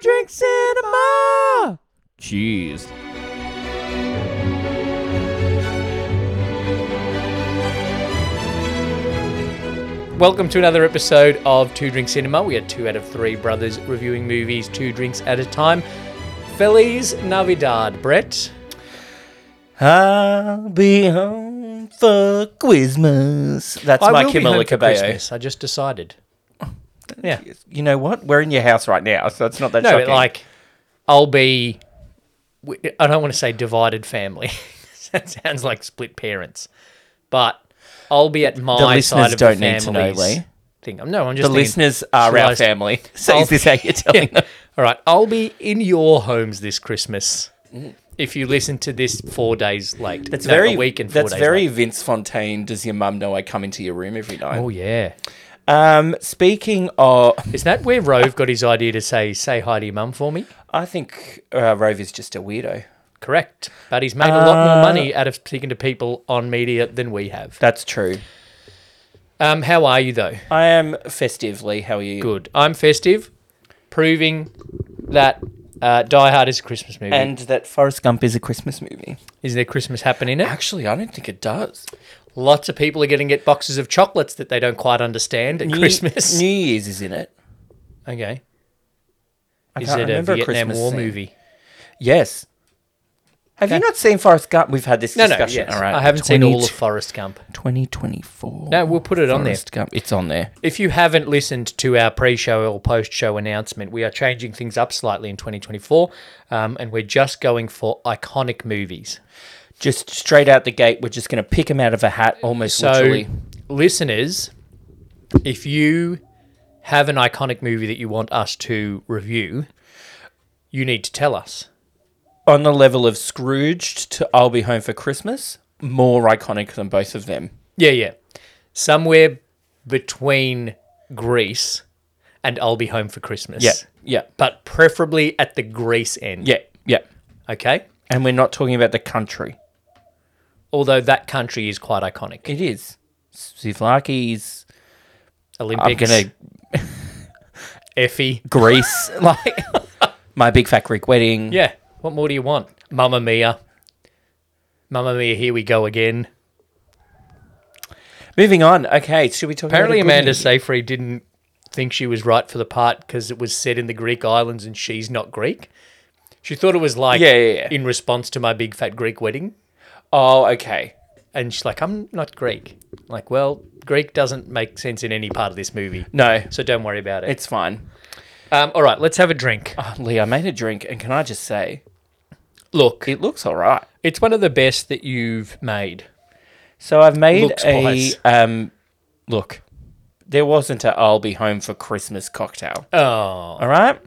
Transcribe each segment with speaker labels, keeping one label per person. Speaker 1: Drink Cinema. Cheers. Welcome to another episode of Two Drink Cinema. We are two out of three brothers reviewing movies two drinks at a time. Feliz Navidad, Brett.
Speaker 2: I'll be home for Christmas. That's
Speaker 1: I
Speaker 2: my
Speaker 1: will be home
Speaker 2: Camilla
Speaker 1: for
Speaker 2: Cabello.
Speaker 1: Christmas, I just decided. Yeah.
Speaker 2: You know what? We're in your house right now, so it's not that
Speaker 1: No, but
Speaker 2: shocking.
Speaker 1: like, I'll be. we- I don't want to say divided family. that sounds like split parents. But I'll be at my
Speaker 2: listeners
Speaker 1: side of the
Speaker 2: don't need to know,
Speaker 1: family's
Speaker 2: Lee.
Speaker 1: Thing. No, I'm
Speaker 2: the
Speaker 1: just thinking-
Speaker 2: listeners are
Speaker 1: should I
Speaker 2: our
Speaker 1: s-
Speaker 2: family. So
Speaker 1: I'll-
Speaker 2: is this how you're telling them?
Speaker 1: All right, I'll be in your homes this Christmas. If you listen to this four days late,
Speaker 2: That's
Speaker 1: No,
Speaker 2: very
Speaker 1: a week and four
Speaker 2: That's
Speaker 1: days
Speaker 2: very
Speaker 1: late.
Speaker 2: Vince Fontaine. Does your mum know I come into your room every night?
Speaker 1: Oh yeah,
Speaker 2: Um, speaking of,
Speaker 1: is that where Rove got his idea to say "say hi to your mum" for me?
Speaker 2: I think uh, Rove is just a weirdo.
Speaker 1: Correct, but he's made a lot more
Speaker 2: Uh.
Speaker 1: money out of speaking to people on media than we have.
Speaker 2: That's true.
Speaker 1: Um, how are you though?
Speaker 2: I am festively. How are you?
Speaker 1: Good. I'm festive, proving that uh, Die Hard is a Christmas movie.
Speaker 2: And that Forrest Gump is a Christmas movie.
Speaker 1: is there Christmas happen in it?
Speaker 2: Actually, I don't think it does.
Speaker 1: Lots of people are getting get boxes of chocolates that they don't quite understand at
Speaker 2: New-
Speaker 1: Christmas.
Speaker 2: New Year's is in it.
Speaker 1: okay.
Speaker 2: I
Speaker 1: Is
Speaker 2: can't
Speaker 1: it a
Speaker 2: remember a
Speaker 1: Vietnam
Speaker 2: Christmas
Speaker 1: War
Speaker 2: scene.
Speaker 1: movie?
Speaker 2: Yes. Have you not seen Forrest Gump? We've had this
Speaker 1: No, no,
Speaker 2: discussion.
Speaker 1: yes. I haven't seen all of Forrest Gump.
Speaker 2: 2024.
Speaker 1: No, we'll put it on there.
Speaker 2: Forrest Gump. It's on there.
Speaker 1: If you haven't listened to our pre-show or post-show announcement, we are changing things up slightly in 2024, um, and we're just going for iconic movies.
Speaker 2: Just straight out the gate, we're just going to pick him out of a hat, almost
Speaker 1: So,
Speaker 2: literally.
Speaker 1: listeners, if you have an iconic movie that you want us to review, you need to tell us.
Speaker 2: On the level of Scrooged to I'll Be Home for Christmas, more iconic than both of them.
Speaker 1: Yeah, yeah. Somewhere between Greece and I'll Be Home for Christmas.
Speaker 2: Yeah, yeah,
Speaker 1: But preferably at the Greece end.
Speaker 2: yeah, yeah.
Speaker 1: Okay?
Speaker 2: And we're not talking about the country.
Speaker 1: Although that country is quite iconic.
Speaker 2: It is. Souvlaki's, I'm
Speaker 1: Olympics,
Speaker 2: going to
Speaker 1: Effie.
Speaker 2: Greece, like My Big Fat Greek Wedding.
Speaker 1: Yeah. What more do you want? Mamma Mia. Mamma Mia, here we go again.
Speaker 2: Moving on. Okay, should we talk
Speaker 1: Apparently,
Speaker 2: about a good
Speaker 1: Amanda
Speaker 2: movie?
Speaker 1: Seyfried didn't think she was right for the part because it was set in the Greek islands and she's not Greek. She thought it was like
Speaker 2: Yeah, yeah, yeah.
Speaker 1: in response to my big fat Greek wedding.
Speaker 2: Oh, okay.
Speaker 1: And she's like, I'm not Greek. Like, well, Greek doesn't make sense in any part of this movie.
Speaker 2: No,
Speaker 1: So don't worry about it.
Speaker 2: it's fine.
Speaker 1: Um, all right, let's have a drink.
Speaker 2: Oh, Lee, I made a drink, and can I just say,
Speaker 1: Look,
Speaker 2: it looks all right.
Speaker 1: it's one of the best that you've made.
Speaker 2: So I've made
Speaker 1: Looks
Speaker 2: a
Speaker 1: wise.
Speaker 2: um. Look, there wasn't a "I'll be home for Christmas" cocktail.
Speaker 1: Oh,
Speaker 2: All right,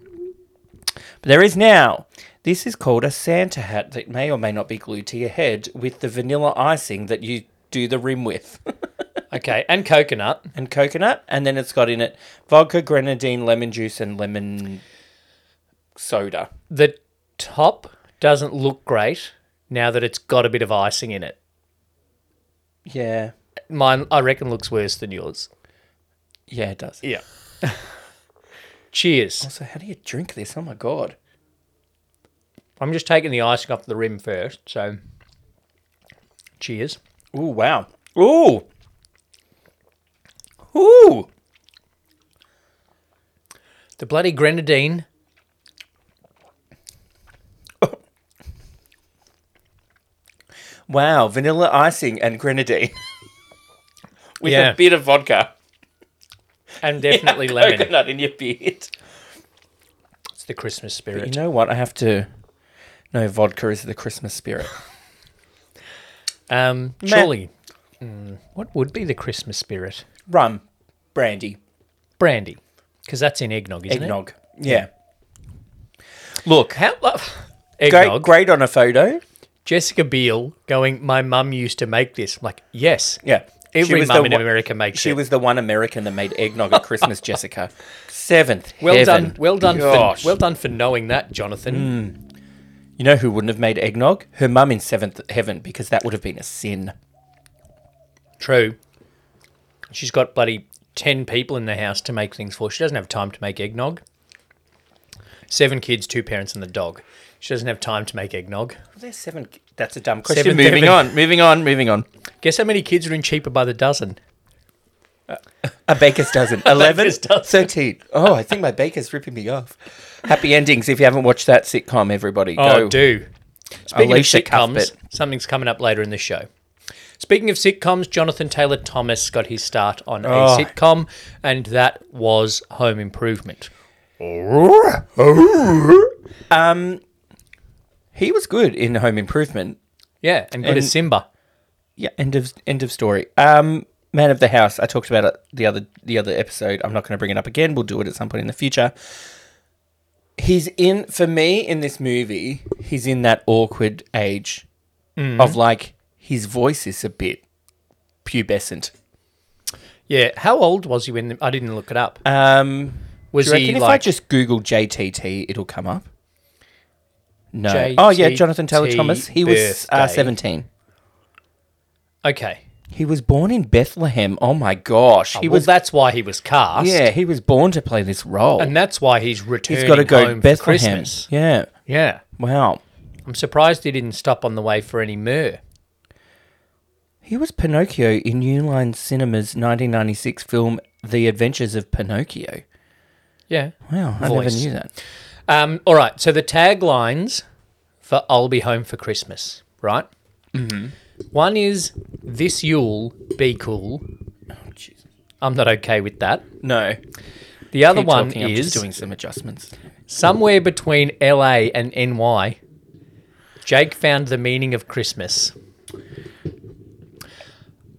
Speaker 2: but there is now. This is called a Santa hat that may or may not be glued to your head with the vanilla icing that you do the rim with,
Speaker 1: okay. And coconut.
Speaker 2: and coconut, and then it's got in it vodka, grenadine, lemon juice, and lemon soda.
Speaker 1: The top doesn't look great now that it's got a bit of icing in it.
Speaker 2: Yeah,
Speaker 1: Mine, I reckon, looks worse than yours.
Speaker 2: yeah, it does.
Speaker 1: Yeah. Cheers.
Speaker 2: So how do you drink this? Oh my god.
Speaker 1: I'm just taking the icing off the rim first, so cheers.
Speaker 2: Ooh, wow. Ooh. Ooh.
Speaker 1: The bloody grenadine.
Speaker 2: Wow, vanilla icing and grenadine. With
Speaker 1: Yeah.
Speaker 2: a bit of vodka.
Speaker 1: And definitely lemon.
Speaker 2: Coconut in your beard.
Speaker 1: It's the Christmas
Speaker 2: You
Speaker 1: spirit.
Speaker 2: know what? I have to No, vodka is the Christmas spirit.
Speaker 1: Um,
Speaker 2: Ma-
Speaker 1: surely, mm, what would be the Christmas spirit?
Speaker 2: Rum, brandy,
Speaker 1: Brandy, because that's in eggnog, isn't
Speaker 2: eggnog. Yeah. Look,
Speaker 1: it? How lo-
Speaker 2: great,
Speaker 1: eggnog.
Speaker 2: great on a photo.
Speaker 1: Jessica Biel going. My mum used to make this. I'm like yes,
Speaker 2: Yeah. She
Speaker 1: Every
Speaker 2: was
Speaker 1: mum
Speaker 2: the
Speaker 1: in
Speaker 2: one-
Speaker 1: America makes
Speaker 2: She
Speaker 1: it.
Speaker 2: was the one American that made eggnog at Christmas, Jessica. Seventh.
Speaker 1: well
Speaker 2: heaven.
Speaker 1: done, well done, for,
Speaker 2: Gosh. Hmm.
Speaker 1: well done for knowing that, Jonathan.
Speaker 2: You know who wouldn't have made eggnog? Her mum in seventh heaven, because that would have been a sin.
Speaker 1: True. She's got bloody 10 people in the house to make things for. She doesn't have time to make eggnog. Seven kids, two parents, and the dog. She doesn't have time to make eggnog.
Speaker 2: There's seven. That's a dumb question.
Speaker 1: Seven,
Speaker 2: moving
Speaker 1: seven.
Speaker 2: on, moving on, moving on.
Speaker 1: Guess how many kids are in cheaper by the dozen?
Speaker 2: A baker's dozen. 11?
Speaker 1: baker's dozen.
Speaker 2: 13. Oh, I think my baker's ripping me off. Happy endings if you haven't watched that sitcom, everybody.
Speaker 1: Oh,
Speaker 2: go.
Speaker 1: do. Speaking
Speaker 2: Alicia
Speaker 1: of sitcoms,
Speaker 2: Cuthbert.
Speaker 1: something's coming up later in the show. Speaking of sitcoms, Jonathan Taylor Thomas got his start on
Speaker 2: Oh.
Speaker 1: a sitcom, and that was Home Improvement.
Speaker 2: He was good in Home Improvement.
Speaker 1: Yeah, and good
Speaker 2: And-
Speaker 1: as Simba.
Speaker 2: Yeah, end of end of story. Um, Man of the House. I talked about it the other the other episode. I'm not going to bring it up again. We'll do it at some point in the future. He's in for me in this movie. He's in that awkward age
Speaker 1: Mm-hmm.
Speaker 2: of like his voice is a bit pubescent.
Speaker 1: Yeah, how old was he when I didn't look it up?
Speaker 2: Um,
Speaker 1: Was
Speaker 2: do you reckon
Speaker 1: he
Speaker 2: if I
Speaker 1: like
Speaker 2: just Google JTT, it'll come up? No.
Speaker 1: JTT
Speaker 2: oh yeah, Jonathan Taylor Thomas. He was uh,
Speaker 1: birthday.
Speaker 2: 17.
Speaker 1: okay?
Speaker 2: He was born in Bethlehem. Oh my gosh, he
Speaker 1: well,
Speaker 2: was.
Speaker 1: that's why he was cast.
Speaker 2: Yeah, he was born to play this role.
Speaker 1: and that's why he's returning.
Speaker 2: He's got to go to
Speaker 1: home for
Speaker 2: Bethlehem.
Speaker 1: Christmas.
Speaker 2: Yeah.
Speaker 1: Yeah,
Speaker 2: Wow.
Speaker 1: I'm surprised he didn't stop on the way for any myrrh.
Speaker 2: He was Pinocchio in New Line Cinema's 1996 film The Adventures of Pinocchio.
Speaker 1: Yeah.
Speaker 2: Wow, I
Speaker 1: Voice.
Speaker 2: never knew that.
Speaker 1: Um, all right. So the taglines for I'll Be Home for Christmas, right? Mm-hmm. One is this Yule, be cool.
Speaker 2: Oh,
Speaker 1: I'm not okay with that.
Speaker 2: No.
Speaker 1: The other
Speaker 2: Keep
Speaker 1: one
Speaker 2: talking, I'm
Speaker 1: is
Speaker 2: just doing some adjustments.
Speaker 1: somewhere between LA and NY, Jake found the meaning of Christmas.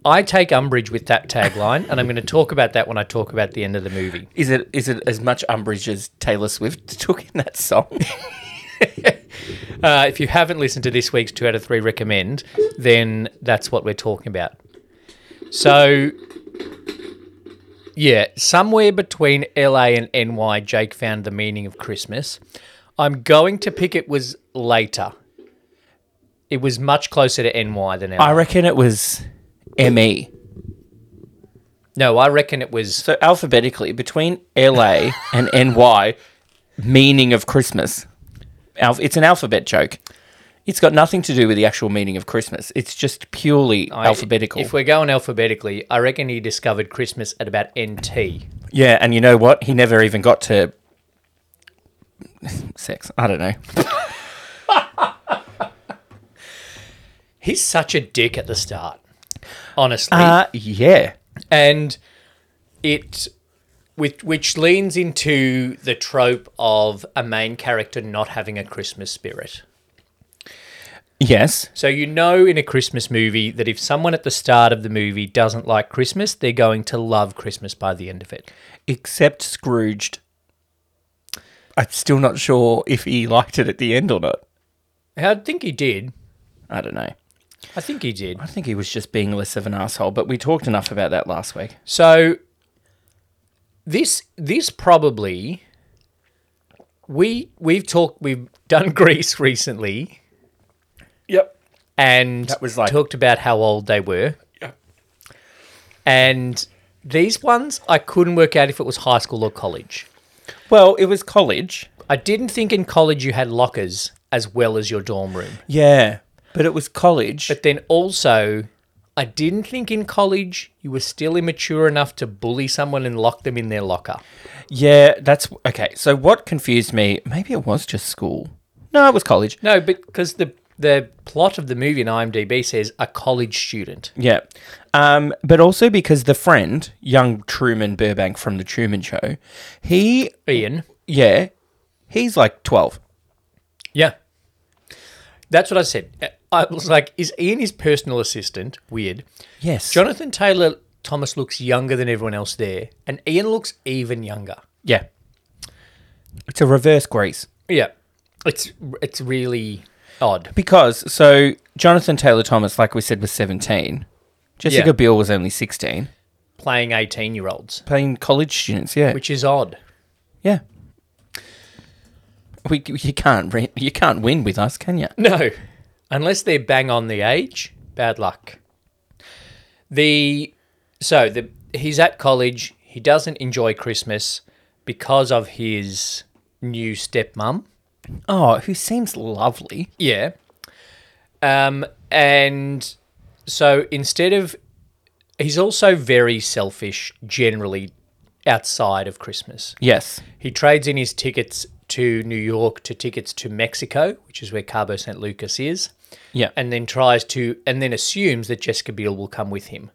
Speaker 1: I take umbrage with that tagline, and I'm going to talk about that when I talk about the end of the movie.
Speaker 2: Is it is it as much umbrage as Taylor Swift took in that song?
Speaker 1: Uh, if you haven't listened to this week's two out of three recommend, then that's what we're talking about. So, yeah, somewhere between LA and NY, Jake found the meaning of Christmas. I'm going to pick it was later. It was much closer to NY than LA.
Speaker 2: I reckon it was E. ME.
Speaker 1: no, I reckon it was.
Speaker 2: So alphabetically between LA and NY, meaning of Christmas. Alph- It's an alphabet joke. It's got nothing to do with the actual meaning of Christmas. It's just purely alphabetical.
Speaker 1: If we're going alphabetically, I reckon he discovered Christmas at about NT.
Speaker 2: yeah, and you know what? He never even got to sex. I don't know.
Speaker 1: He's such a dick at the start, honestly.
Speaker 2: Uh, yeah.
Speaker 1: and it which which leans into the trope of a main character not having a christmas spirit
Speaker 2: Yes.
Speaker 1: so you know in a christmas movie that if someone at the start of the movie doesn't like christmas they're going to love christmas by the end of it
Speaker 2: Except Scrooged. I'm still not sure if he liked it at the end or not.
Speaker 1: i think he did
Speaker 2: I don't know.
Speaker 1: i think he did
Speaker 2: I think he was just being less of an asshole, but we talked enough about that last week.
Speaker 1: So this this probably we we've talked we've done Greece recently.
Speaker 2: Yep.
Speaker 1: And
Speaker 2: That was like-
Speaker 1: talked about how old they were.
Speaker 2: Yep.
Speaker 1: And these ones I couldn't work out if it was high school or college.
Speaker 2: Well, it was college.
Speaker 1: I didn't think in college you had lockers as well as your dorm room.
Speaker 2: Yeah. But it was college.
Speaker 1: But then also I didn't think in college you were still immature enough to bully someone and lock them in their locker.
Speaker 2: yeah, that's okay. So what confused me, maybe it was just school. No, it was college.
Speaker 1: No, but because the the plot of the movie in IMDb says a college student.
Speaker 2: Yeah. Um, but also because the friend, young Truman Burbank from the Truman Show, he
Speaker 1: Ian.
Speaker 2: yeah, he's like 12.
Speaker 1: Yeah. That's what I said. I was like, is Ian his personal assistant? Weird.
Speaker 2: Yes.
Speaker 1: Jonathan Taylor Thomas looks younger than everyone else there, and Ian looks even younger.
Speaker 2: yeah. It's a reverse Grease.
Speaker 1: Yeah. It's it's really odd.
Speaker 2: Because so Jonathan Taylor Thomas, like we said, was 17. Jessica
Speaker 1: Yeah.
Speaker 2: Biel was only 16.
Speaker 1: Playing eighteen year olds.
Speaker 2: Playing college students, yeah.
Speaker 1: Which is odd.
Speaker 2: Yeah. We, you can't re- you can't win with us, can you?
Speaker 1: No. Unless they're bang on the age, bad luck. The so the he's at college, he doesn't enjoy Christmas because of his new stepmom.
Speaker 2: Oh, who seems lovely.
Speaker 1: Yeah. Um, and so instead of, he's also very selfish generally outside of Christmas.
Speaker 2: Yes.
Speaker 1: He trades in his tickets to New York to tickets to Mexico, which is where Cabo St. Lucas is,
Speaker 2: Yeah.
Speaker 1: and then tries to, and then assumes that Jessica Biel will come with him.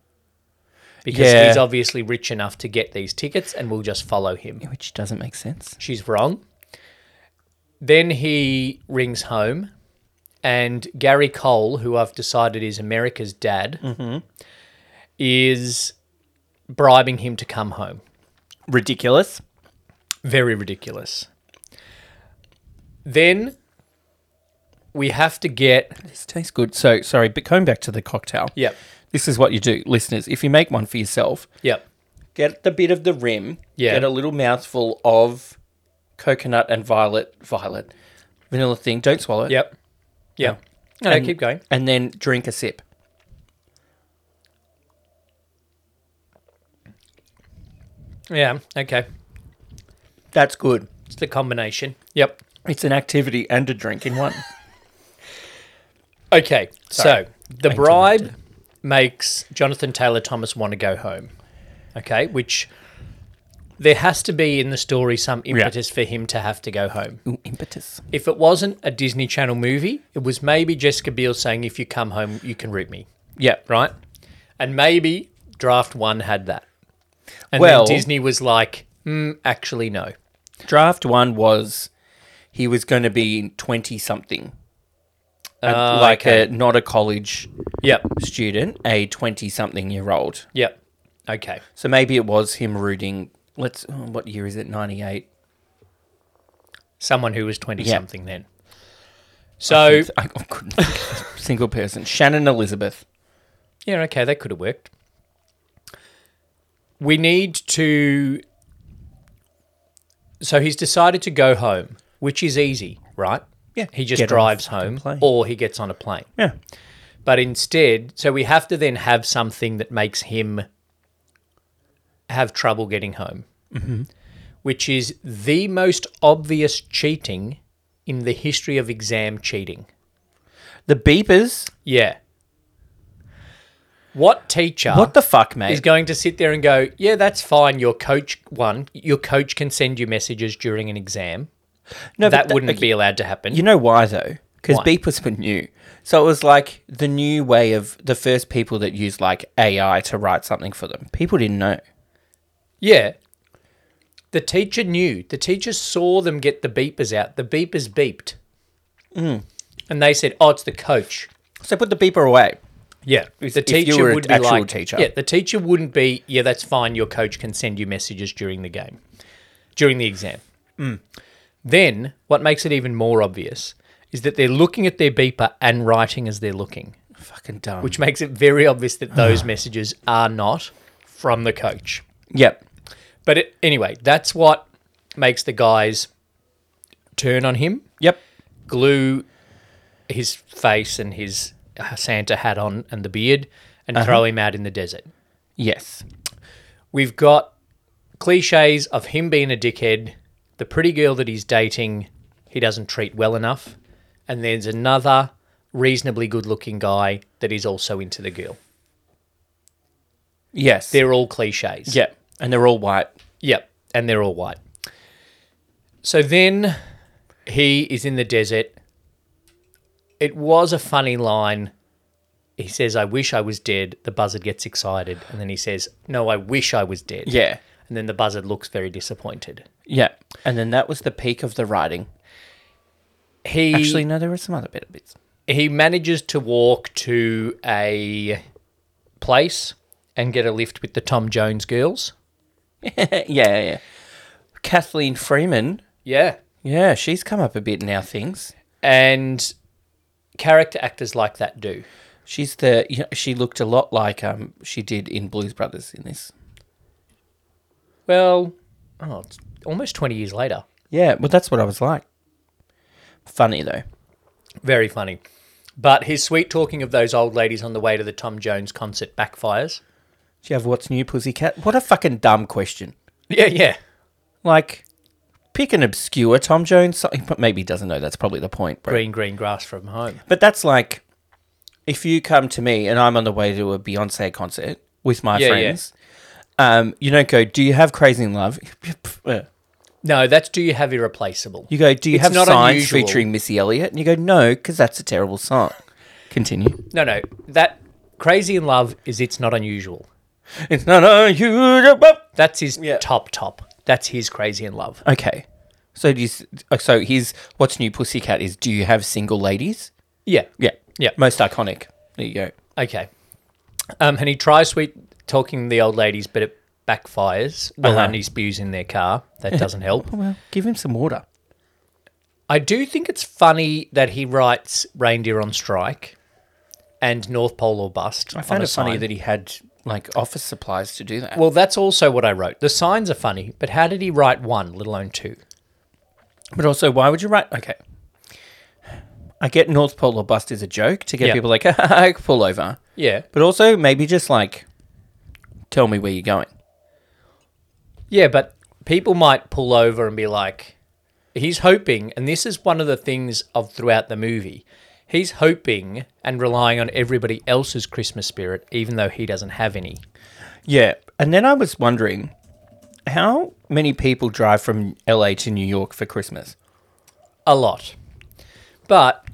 Speaker 1: Because
Speaker 2: Yeah.
Speaker 1: he's obviously rich enough to get these tickets and will just follow him.
Speaker 2: Which doesn't make sense.
Speaker 1: She's wrong. Then he rings home, and Gary Cole, who I've decided is America's dad, is bribing him to come home.
Speaker 2: Ridiculous.
Speaker 1: Very ridiculous. Then we have to get.
Speaker 2: This tastes good. So, sorry, but going back to the cocktail.
Speaker 1: Yep.
Speaker 2: This is what you do, listeners. If you make one for yourself,
Speaker 1: Yep.
Speaker 2: get the bit of the rim,
Speaker 1: Yeah.
Speaker 2: get a little mouthful of coconut and violet, violet, vanilla thing. Don't swallow it.
Speaker 1: Yep. Yep. No,
Speaker 2: And-
Speaker 1: keep going.
Speaker 2: And then drink a sip.
Speaker 1: Yeah. Okay.
Speaker 2: That's good.
Speaker 1: It's the combination. Yep.
Speaker 2: It's an activity and a drink in one.
Speaker 1: Okay,
Speaker 2: Sorry.
Speaker 1: so the bribe makes Jonathan Taylor Thomas want to go home. Okay, which there has to be in the story some impetus for him to have to go home.
Speaker 2: Ooh, impetus.
Speaker 1: If it wasn't a Disney Channel movie, it was maybe Jessica Biel saying, "If you come home, you can root me,"
Speaker 2: Yeah.
Speaker 1: right? And maybe Draft One had that, and
Speaker 2: Well-
Speaker 1: then Disney was like, mm, "Actually, no."
Speaker 2: Draft one was he was going to be 20 something.
Speaker 1: Ah,
Speaker 2: like
Speaker 1: okay.
Speaker 2: a not a college
Speaker 1: Yep,
Speaker 2: student, a 20 something year old.
Speaker 1: yep, okay,
Speaker 2: So maybe it was him rooting. Let's. Oh, what year is it? Ninety eight.
Speaker 1: someone who was twenty
Speaker 2: Yeah.
Speaker 1: something then. So
Speaker 2: I couldn't. think. Single person. Shannon Elizabeth.
Speaker 1: Yeah, okay, that could have worked. We need to. So he's decided to go home, which is easy, right?
Speaker 2: Yeah,
Speaker 1: He just
Speaker 2: get on a
Speaker 1: drives
Speaker 2: fucking
Speaker 1: home
Speaker 2: plane.
Speaker 1: or he gets on a plane.
Speaker 2: Yeah.
Speaker 1: But instead, so we have to then have something that makes him have trouble getting home,
Speaker 2: Mm-hmm.
Speaker 1: which is the most obvious cheating in the history of exam cheating.
Speaker 2: The beepers.
Speaker 1: Yeah. What teacher?
Speaker 2: What the fuck,
Speaker 1: is
Speaker 2: mate?
Speaker 1: going to sit there and go, yeah, that's fine. Your coach one, your coach can send you messages during an exam.
Speaker 2: no, but
Speaker 1: that
Speaker 2: th-
Speaker 1: wouldn't
Speaker 2: okay,
Speaker 1: be allowed to happen.
Speaker 2: You know why though? Because
Speaker 1: Why?
Speaker 2: beepers were new. So it was like the new way of the first people that used like AI to write something for them. People didn't know.
Speaker 1: yeah. The teacher knew. The teacher saw them get the beepers out. The beepers beeped.
Speaker 2: Mm.
Speaker 1: And they said, oh, it's the coach.
Speaker 2: So put the beeper away.
Speaker 1: Yeah. the
Speaker 2: if you
Speaker 1: teacher
Speaker 2: were an
Speaker 1: would be
Speaker 2: actual
Speaker 1: like,
Speaker 2: teacher.
Speaker 1: yeah, the teacher wouldn't be, yeah, that's fine. Your coach can send you messages during the game, during the exam.
Speaker 2: Mm.
Speaker 1: Then what makes it even more obvious is that they're looking at their beeper and writing as they're looking.
Speaker 2: Fucking dumb.
Speaker 1: which makes it very obvious that those messages are not from the coach.
Speaker 2: yep.
Speaker 1: But it, anyway, that's what makes the guys turn on him,
Speaker 2: Yep.
Speaker 1: glue his face and his uh, Santa hat on and the beard, and throw him out in the desert.
Speaker 2: Yes.
Speaker 1: We've got cliches of him being a dickhead, the pretty girl that he's dating, he doesn't treat well enough, and there's another reasonably good looking guy that is also into the girl.
Speaker 2: Yes.
Speaker 1: They're all cliches.
Speaker 2: yep. And they're all white.
Speaker 1: Yep, and they're all white. So then he is in the desert. It was a funny line. He says, I wish I was dead. The buzzard gets excited. And then he says, No, I wish I was dead.
Speaker 2: Yeah.
Speaker 1: And then the buzzard looks very disappointed.
Speaker 2: Yeah. And then that was the peak of the writing.
Speaker 1: He
Speaker 2: Actually, no, there were some other better bits.
Speaker 1: he manages to walk to a place and get a lift with the Tom Jones girls.
Speaker 2: Eh, yeah, yeah. Kathleen Freeman.
Speaker 1: Yeah.
Speaker 2: Yeah, she's come up a bit in our things.
Speaker 1: And character actors like that do.
Speaker 2: She's the you know, she looked a lot like um she did in Blues Brothers in this.
Speaker 1: Well, oh, it's almost 20 years later.
Speaker 2: Yeah, well that's what I was like. Funny though.
Speaker 1: Very funny. But his sweet talking of those old ladies on the way to the Tom Jones concert backfires.
Speaker 2: Do you have what's new, pussycat? What a fucking dumb question.
Speaker 1: Yeah, yeah.
Speaker 2: Like Pick an obscure Tom Jones song. But Maybe he doesn't know. That's probably the point. Bro.
Speaker 1: Green, green grass from home.
Speaker 2: But that's like if you come to me and I'm on the way to a Beyonce concert with my
Speaker 1: Yeah, yeah.
Speaker 2: friends, um, you don't go, Do you have Crazy in Love?
Speaker 1: No, that's do you have irreplaceable?
Speaker 2: You go, Do you
Speaker 1: It's
Speaker 2: have
Speaker 1: not
Speaker 2: Signs
Speaker 1: unusual.
Speaker 2: featuring Missy Elliott? And you go, No, because that's a terrible song. Continue.
Speaker 1: No, no. That crazy in love is it's not unusual.
Speaker 2: It's not unusual.
Speaker 1: That's his
Speaker 2: Yeah.
Speaker 1: top top. That's his crazy in love.
Speaker 2: Okay. So do you, s- uh, so his what's new pussycat is do you have single ladies?
Speaker 1: Yeah.
Speaker 2: Yeah.
Speaker 1: Yeah.
Speaker 2: Most iconic. There you go.
Speaker 1: Okay. Um, and he tries sweet talking to the old ladies, but it backfires. Well,
Speaker 2: Uh-huh.
Speaker 1: and he spews in their car. That doesn't help.
Speaker 2: Well, give him some water.
Speaker 1: I do think it's funny that he writes Reindeer on Strike and North Pole or Bust.
Speaker 2: I found
Speaker 1: on a
Speaker 2: it funny
Speaker 1: sign.
Speaker 2: that he had like office supplies to do that.
Speaker 1: Well, that's also what I wrote. The signs are funny, but how did he write one, let alone two?
Speaker 2: But also, why would you write? Okay. I get North Pole or Bust is a joke to get
Speaker 1: Yeah.
Speaker 2: people like, I pull over.
Speaker 1: Yeah.
Speaker 2: But also, maybe just like, tell me where you're going.
Speaker 1: Yeah, but people might pull over and be like, he's hoping, and this is one of the things of throughout the movie. He's hoping and relying on everybody else's Christmas spirit, even though he doesn't have any.
Speaker 2: Yeah. And then I was wondering, how many people drive from LA to New York for Christmas?
Speaker 1: A lot. But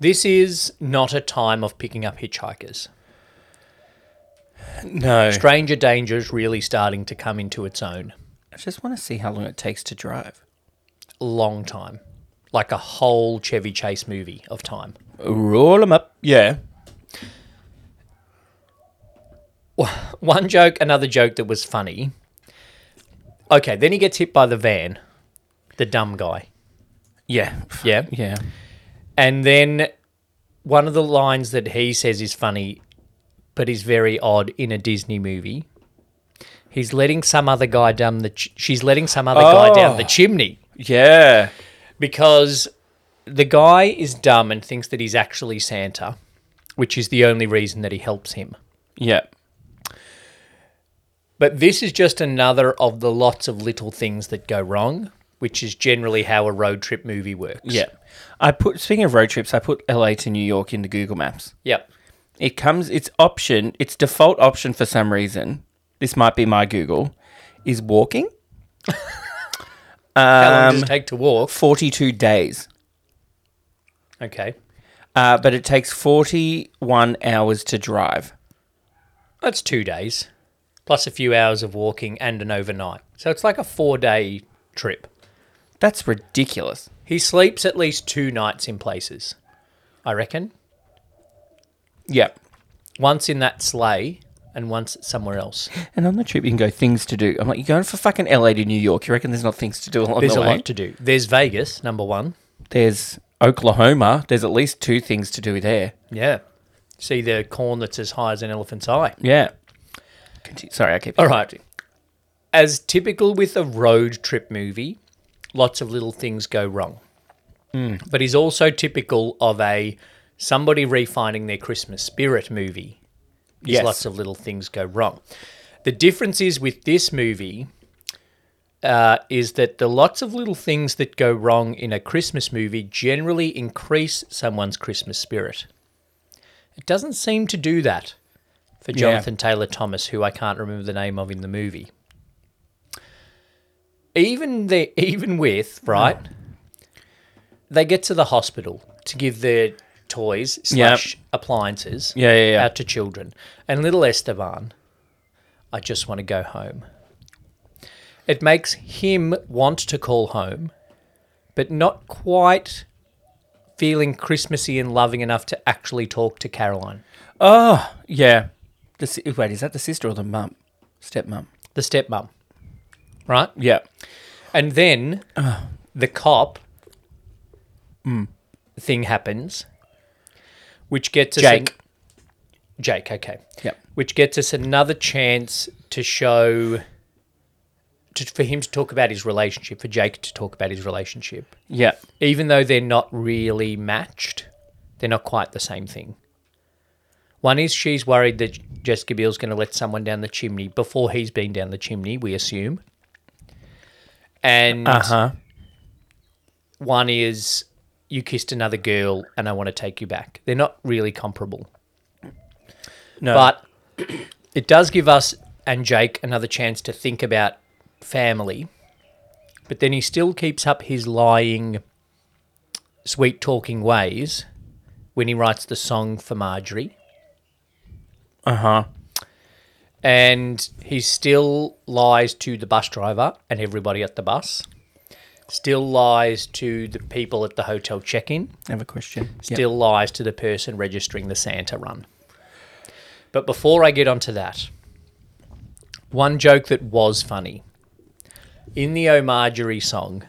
Speaker 1: this is not a time of picking up hitchhikers.
Speaker 2: No.
Speaker 1: Stranger danger is really starting to come into its own.
Speaker 2: I just want to see how long it takes to drive.
Speaker 1: Long time. Like a whole Chevy Chase movie of time.
Speaker 2: Roll them up. Yeah.
Speaker 1: One joke, another joke that was funny. Okay, then he gets hit by the van, the dumb guy.
Speaker 2: Yeah.
Speaker 1: Yeah.
Speaker 2: Yeah.
Speaker 1: And then one of the lines that he says is funny, but is very odd in a Disney movie. He's letting some other guy down the. Ch- she's letting some other guy down the
Speaker 2: Oh.
Speaker 1: chimney
Speaker 2: Yeah.
Speaker 1: because the guy is dumb and thinks that he's actually Santa, which is the only reason that he helps him.
Speaker 2: Yeah.
Speaker 1: But this is just another of the lots of little things that go wrong, which is generally how a road trip movie works.
Speaker 2: Yeah. I put, speaking of road trips, I put LA to New York into Google Maps.
Speaker 1: Yep.
Speaker 2: It comes, its option, its default option for some reason, this might be my Google, is walking
Speaker 1: How long does it take to walk?
Speaker 2: 42 days.
Speaker 1: Okay.
Speaker 2: Uh, but it takes 41 hours to drive.
Speaker 1: That's two days, plus a few hours of walking and an overnight. So it's like a four day trip.
Speaker 2: That's ridiculous.
Speaker 1: He sleeps at least two nights in places, I reckon.
Speaker 2: Yeah.
Speaker 1: Once in that sleigh and once somewhere else.
Speaker 2: And on the trip, you can go things to do. I'm like, you're going for fucking LA to New York. You reckon there's not things to do along
Speaker 1: There's
Speaker 2: the
Speaker 1: a
Speaker 2: way?
Speaker 1: lot to do. There's Vegas, number one.
Speaker 2: There's Oklahoma. There's at least two things to do there.
Speaker 1: Yeah. See the corn that's as high as an elephant's eye.
Speaker 2: Yeah. Continue. Sorry, I keep.
Speaker 1: All right. As typical with a road trip movie, lots of little things go wrong. But is also typical of a somebody refining their Christmas spirit movie. Is
Speaker 2: Yes.
Speaker 1: Lots of little things go wrong. The difference is with this movie uh, is that the lots of little things that go wrong in a Christmas movie generally increase someone's Christmas spirit. It doesn't seem to do that for Jonathan Taylor Thomas, who I can't remember the name of in the movie. Even the even with right, they get to the hospital to give their toys slash appliances
Speaker 2: Yeah, yeah, yeah.
Speaker 1: out to children, and little Esteban, I just want to go home. It makes him want to call home, but not quite feeling Christmassy and loving enough to actually talk to Caroline.
Speaker 2: Oh, yeah. The, si- wait, is that the sister or the mum? Step mum.
Speaker 1: the stepmom, right?
Speaker 2: Yeah.
Speaker 1: And then the cop
Speaker 2: Mm.
Speaker 1: thing happens, which gets us an-
Speaker 2: Jake.
Speaker 1: Jake, okay,
Speaker 2: Yep.
Speaker 1: which gets us another chance to show, to, for him to talk about his relationship, for Jake to talk about his relationship,
Speaker 2: Yeah.
Speaker 1: even though they're not really matched, they're not quite the same thing. One is she's worried that Jessica Biel's going to let someone down the chimney before he's been down the chimney, we assume. And
Speaker 2: Uh huh.
Speaker 1: One is you kissed another girl and I want to take you back. They're not really comparable.
Speaker 2: No.
Speaker 1: But it does give us and Jake another chance to think about family. But then he still keeps up his lying, sweet talking ways when he writes the song for Marjorie.
Speaker 2: uh huh.
Speaker 1: And he still lies to the bus driver and everybody at the bus. Still lies to the people at the hotel check in.
Speaker 2: I have a question. Yeah.
Speaker 1: still lies to the person registering the Santa run. But before I get onto that, one joke that was funny in the O Marjorie song,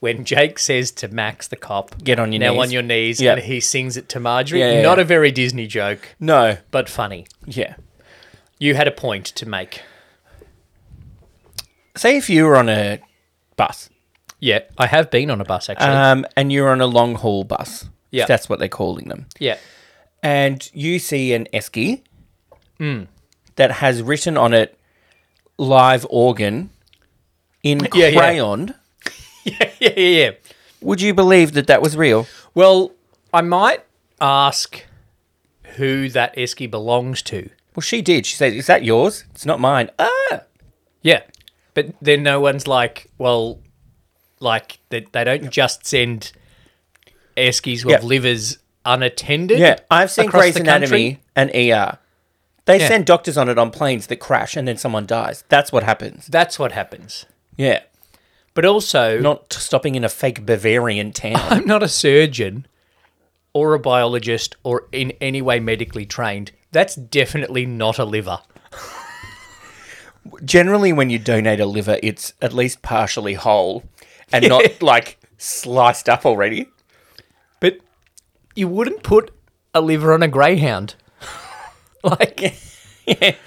Speaker 1: when Jake says to Max the cop,
Speaker 2: Get on your
Speaker 1: now
Speaker 2: knees."
Speaker 1: on your knees,"
Speaker 2: Yeah.
Speaker 1: and he sings it to Marjorie.
Speaker 2: Yeah, yeah,
Speaker 1: Not
Speaker 2: yeah.
Speaker 1: a very Disney joke,
Speaker 2: No.
Speaker 1: but funny.
Speaker 2: Yeah.
Speaker 1: You had a point to make.
Speaker 2: Say if you were on a bus,
Speaker 1: Yeah, I have been on a bus actually.
Speaker 2: um, and you're on a long haul bus. if
Speaker 1: Yeah.
Speaker 2: That's what they're calling them.
Speaker 1: yeah,
Speaker 2: and you see an esky Hmm. that has written on it live organ in
Speaker 1: Yeah, yeah.
Speaker 2: crayon,
Speaker 1: yeah, yeah, yeah.
Speaker 2: would you believe that that was real?
Speaker 1: Well, I might ask who that esky belongs to.
Speaker 2: Well, she did. She said, Is that yours? It's not mine. Ah!
Speaker 1: Yeah, but then no one's like, well, like they, they don't just send eskies with
Speaker 2: Yeah.
Speaker 1: livers unattended.
Speaker 2: Yeah, I've seen
Speaker 1: across
Speaker 2: Grey's
Speaker 1: the country.
Speaker 2: Anatomy and ER. They
Speaker 1: Yeah.
Speaker 2: send doctors on it on planes that crash and then someone dies. That's what happens.
Speaker 1: That's what happens.
Speaker 2: Yeah.
Speaker 1: But also,
Speaker 2: Not stopping in a fake Bavarian town.
Speaker 1: I'm not a surgeon or a biologist or in any way medically trained. That's definitely not a liver.
Speaker 2: Oh, Generally, when you donate a liver, it's at least partially whole and not like sliced up already.
Speaker 1: But you wouldn't put a liver on a greyhound. like,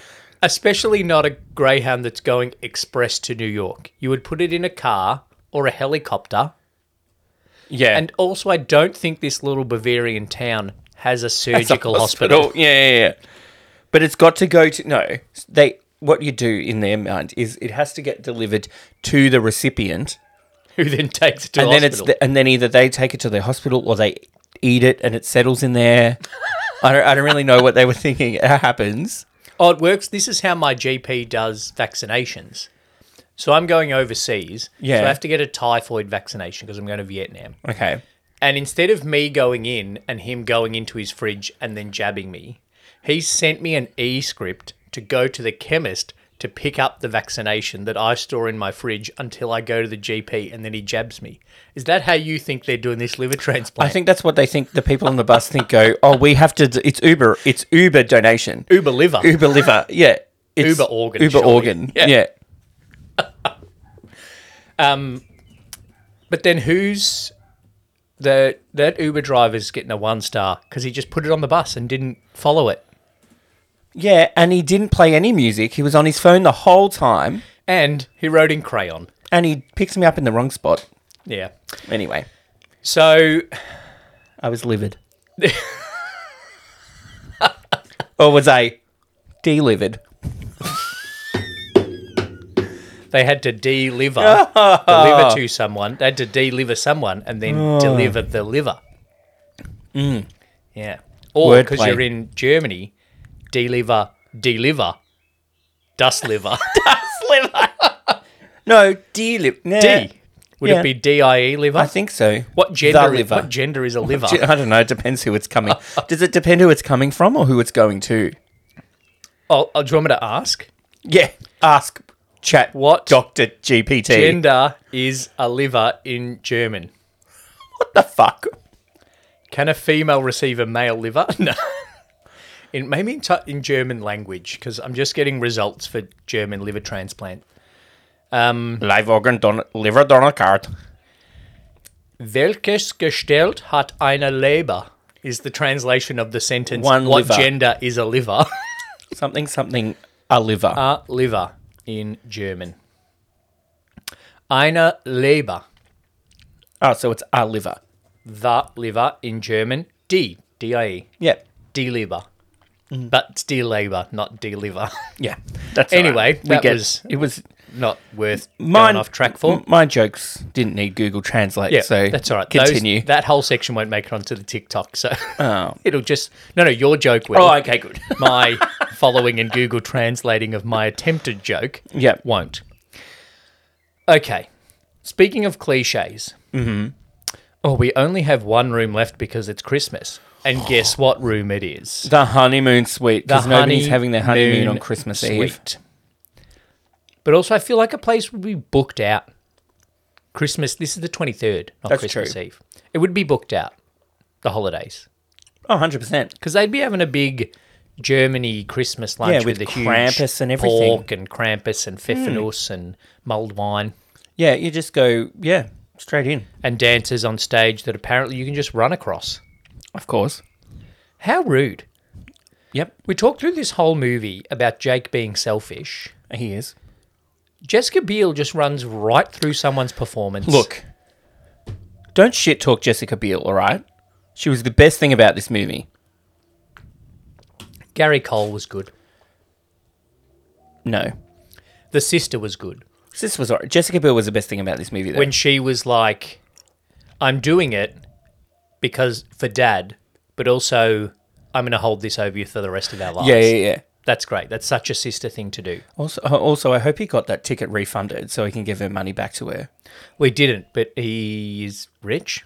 Speaker 1: especially not a greyhound that's going express to New York. You would put it in a car or a helicopter.
Speaker 2: Yeah.
Speaker 1: And also, I don't think this little Bavarian town has a surgical hospital.
Speaker 2: Yeah, yeah, yeah. But it's got to go to no. They what you do in their mind is it has to get delivered to the recipient,
Speaker 1: who then takes it to
Speaker 2: and
Speaker 1: hospital.
Speaker 2: then it's the, and then either they take it to their hospital or they eat it and it settles in there. I don't, I don't really know what they were thinking. It happens.
Speaker 1: Oh, it works. This is how my GP does vaccinations. So I'm going overseas. So
Speaker 2: Yeah.
Speaker 1: I have to get a typhoid vaccination because I'm going to Vietnam.
Speaker 2: Okay.
Speaker 1: And instead of me going in and him going into his fridge and then jabbing me, he sent me an e script to go to the chemist to pick up the vaccination that I store in my fridge until I go to the GP and then he jabs me. Is that how you think they're doing this liver
Speaker 2: I
Speaker 1: transplant?
Speaker 2: think that's what they think. The people on the bus think go, oh, we have to. d- It's Uber. It's Uber donation.
Speaker 1: Uber liver.
Speaker 2: Uber liver. Yeah. It's
Speaker 1: Uber organ,
Speaker 2: Uber
Speaker 1: surely.
Speaker 2: organ.
Speaker 1: Yeah.
Speaker 2: yeah.
Speaker 1: But then who's the that Uber driver's getting a one star because he just put it on the bus and didn't follow it.
Speaker 2: Yeah, and he didn't play any music. He was on his phone the whole time,
Speaker 1: And he wrote in crayon.
Speaker 2: and he picks me up in the wrong spot.
Speaker 1: Yeah.
Speaker 2: Anyway,
Speaker 1: So
Speaker 2: I was livid. or was I delivered?
Speaker 1: They had to deliver deliver to someone. They had to deliver someone and then
Speaker 2: Oh.
Speaker 1: deliver the liver.
Speaker 2: Mm.
Speaker 1: Yeah. Or
Speaker 2: Wordplay.
Speaker 1: because you're in Germany, deliver deliver dust liver.
Speaker 2: No, deliver. Nah.
Speaker 1: D. Would
Speaker 2: Yeah.
Speaker 1: it be D I E liver?
Speaker 2: I think so.
Speaker 1: what gender?
Speaker 2: The
Speaker 1: is-
Speaker 2: liver.
Speaker 1: What gender is a liver?
Speaker 2: I don't know. It depends who it's coming. Does it depend who it's coming from or who it's going to?
Speaker 1: oh, oh, do you want me to ask?
Speaker 2: Yeah. Ask chat
Speaker 1: What
Speaker 2: Doctor GPT.
Speaker 1: Gender is a liver in German.
Speaker 2: what the fuck?
Speaker 1: Can a female receive a male liver? No. In, maybe in, t- in German language, because I'm just getting results for German liver transplant.
Speaker 2: Live organ don- liver donor card.
Speaker 1: Welches Gestalt hat eine Leber? Is the translation of the sentence.
Speaker 2: One
Speaker 1: what
Speaker 2: liver.
Speaker 1: gender is a liver?
Speaker 2: Something something. A liver.
Speaker 1: a liver in German. Eine Leber.
Speaker 2: oh, so it's a liver.
Speaker 1: The liver in German. D. D-I-E.
Speaker 2: Yeah.
Speaker 1: D liver.
Speaker 2: Mm.
Speaker 1: But it's D labor, not D liver.
Speaker 2: Yeah, that's
Speaker 1: Anyway,
Speaker 2: all right.
Speaker 1: that was-
Speaker 2: it was
Speaker 1: not worth
Speaker 2: Mine-
Speaker 1: going off track for.
Speaker 2: M- My jokes didn't need Google Translate,
Speaker 1: Yeah,
Speaker 2: so
Speaker 1: that's all right. Those-
Speaker 2: Continue.
Speaker 1: that whole section won't make it onto the TikTok, so
Speaker 2: Oh.
Speaker 1: it'll just no, no. Your joke will.
Speaker 2: Oh, okay, good.
Speaker 1: my following and Google translating of my attempted joke
Speaker 2: Yeah.
Speaker 1: won't. Okay. Speaking of cliches. Mm-hmm. Oh, we only have one room left because it's Christmas, and guess what room it is?
Speaker 2: The honeymoon suite because
Speaker 1: The
Speaker 2: nobody's having their honeymoon
Speaker 1: honeymoon
Speaker 2: on Christmas Eve.
Speaker 1: suite. But also, I feel like a place would be booked out. Christmas. This is the twenty third, not
Speaker 2: That's
Speaker 1: Christmas
Speaker 2: true.
Speaker 1: Eve. It would be booked out. The holidays,
Speaker 2: Oh, 100%.
Speaker 1: because they'd be having a big Germany Christmas lunch
Speaker 2: Yeah,
Speaker 1: with,
Speaker 2: with
Speaker 1: the
Speaker 2: Krampus
Speaker 1: huge
Speaker 2: and everything. Hmm.
Speaker 1: pork and Krampus and pfeffernuss and mulled wine
Speaker 2: Yeah, you just go, yeah, straight in.
Speaker 1: and dancers on stage that apparently you can just run across.
Speaker 2: Of course.
Speaker 1: How rude!
Speaker 2: Yep,
Speaker 1: We talked through this whole movie about Jake being selfish.
Speaker 2: he is.
Speaker 1: Jessica Biel just runs right through someone's performance.
Speaker 2: Look, don't shit talk Jessica Biel, all right? She was the best thing about this movie.
Speaker 1: Gary Cole was good.
Speaker 2: No.
Speaker 1: The sister was good.
Speaker 2: This was all right. Jessica Biel was the best thing about this movie, though.
Speaker 1: When she was like, I'm doing it because for dad, but also I'm going to hold this over you for the rest of our lives.
Speaker 2: yeah, yeah, yeah.
Speaker 1: That's great. That's such a sister thing to do.
Speaker 2: Also, uh, also, I hope he got that ticket refunded so he can give her money back to her.
Speaker 1: We didn't, but he is rich,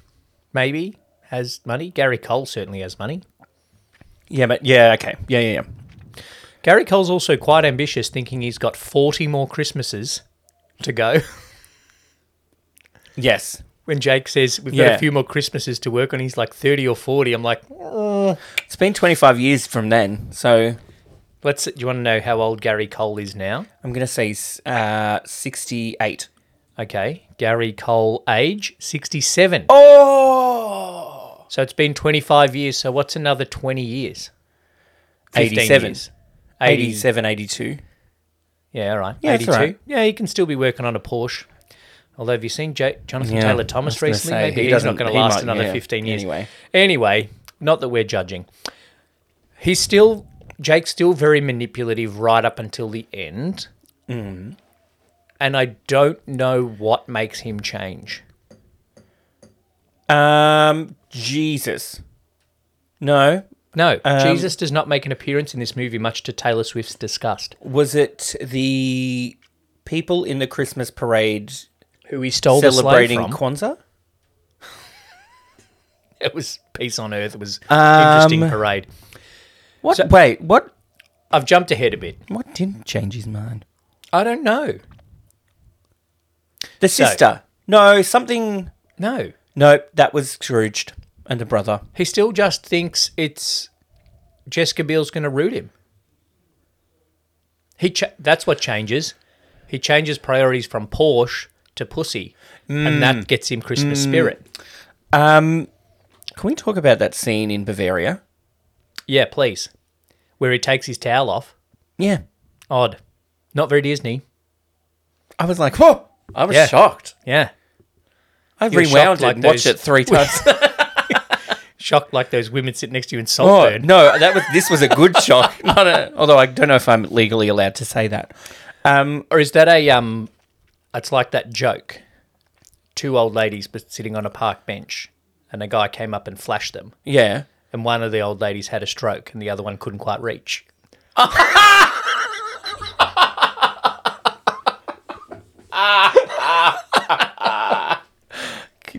Speaker 1: maybe, has money. Gary Cole certainly has money.
Speaker 2: Yeah, but yeah, okay. Yeah, yeah, yeah.
Speaker 1: Gary Cole's also quite ambitious, thinking he's got 40 more Christmases to go.
Speaker 2: Yes.
Speaker 1: when Jake says we've got
Speaker 2: Yeah.
Speaker 1: a few more Christmases to work on, he's like thirty or forty. I'm like, "Uh."
Speaker 2: It's been 25 years from then, so
Speaker 1: let's. Do you want to know how old Gary Cole is now?
Speaker 2: I'm going to say s- uh, 68.
Speaker 1: Okay, Gary Cole age sixty seven.
Speaker 2: Oh!
Speaker 1: So it's been twenty five years. So what's another twenty years? 15
Speaker 2: 87.
Speaker 1: years. 80
Speaker 2: 87, 82.
Speaker 1: Yeah, all right.
Speaker 2: Yeah, that's all right.
Speaker 1: Yeah, he can still be working on a Porsche. Although, have you seen J- Jonathan
Speaker 2: Yeah,
Speaker 1: Taylor
Speaker 2: I was
Speaker 1: Thomas
Speaker 2: gonna
Speaker 1: recently?
Speaker 2: say,
Speaker 1: Maybe
Speaker 2: he
Speaker 1: he's
Speaker 2: doesn't-
Speaker 1: not going
Speaker 2: he
Speaker 1: to last
Speaker 2: might-
Speaker 1: another
Speaker 2: yeah,
Speaker 1: 15 years.
Speaker 2: anyway.
Speaker 1: Anyway, not that we're judging. He's still, Jake's still very manipulative right up until the end.
Speaker 2: Mm-hmm.
Speaker 1: And I don't know what makes him change.
Speaker 2: Um, Jesus. No.
Speaker 1: No,
Speaker 2: Um,
Speaker 1: Jesus does not make an appearance in this movie, much to Taylor Swift's disgust.
Speaker 2: Was it the people in the Christmas parade
Speaker 1: Who he stole
Speaker 2: celebrating
Speaker 1: the slave from.
Speaker 2: Kwanzaa?
Speaker 1: it was peace on earth. It was
Speaker 2: Um,
Speaker 1: interesting parade.
Speaker 2: What? Wait, what?
Speaker 1: I've jumped ahead a bit.
Speaker 2: What didn't change his mind?
Speaker 1: I don't know.
Speaker 2: The sister. no, something.
Speaker 1: No.
Speaker 2: Nope, that was Scrooged and the brother.
Speaker 1: He still just thinks it's Jessica Biel's going to root him. He cha- that's what changes. He changes priorities from Porsche to pussy,
Speaker 2: Mm.
Speaker 1: and that gets him Christmas spirit.
Speaker 2: Um, can we talk about that scene in Bavaria?
Speaker 1: Yeah, please. Where he takes his towel off.
Speaker 2: Yeah,
Speaker 1: Odd. Not very Disney.
Speaker 2: I was like, whoa! I was
Speaker 1: Yeah.
Speaker 2: shocked.
Speaker 1: Yeah.
Speaker 2: I
Speaker 1: You were
Speaker 2: rewound
Speaker 1: shocked
Speaker 2: it
Speaker 1: like
Speaker 2: and watched
Speaker 1: those-
Speaker 2: it three times.
Speaker 1: Shocked like those women sitting next to you in
Speaker 2: oh
Speaker 1: Saltburn.
Speaker 2: no, that was this was a good shock. Not a, although I don't know if I'm legally allowed to say that. Um,
Speaker 1: Or is that a um? It's like that joke. Two old ladies were sitting on a park bench, and a guy came up and flashed them.
Speaker 2: yeah.
Speaker 1: and one of the old ladies had a stroke and the other one couldn't quite reach.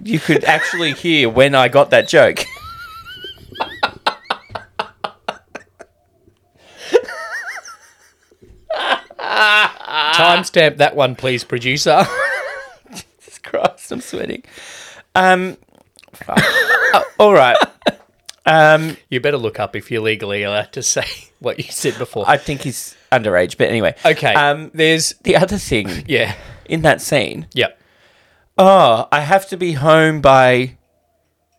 Speaker 2: You could actually hear when I got that joke.
Speaker 1: Timestamp that one, please, producer.
Speaker 2: Jesus Christ, I'm sweating. Um, fuck. Oh, all right. Um,
Speaker 1: you better look up if you're legally allowed to say what you said before.
Speaker 2: I think he's underage, but anyway.
Speaker 1: okay.
Speaker 2: Um,
Speaker 1: there's
Speaker 2: the other thing
Speaker 1: yeah,
Speaker 2: in that scene,
Speaker 1: yep.
Speaker 2: oh, I have to be home by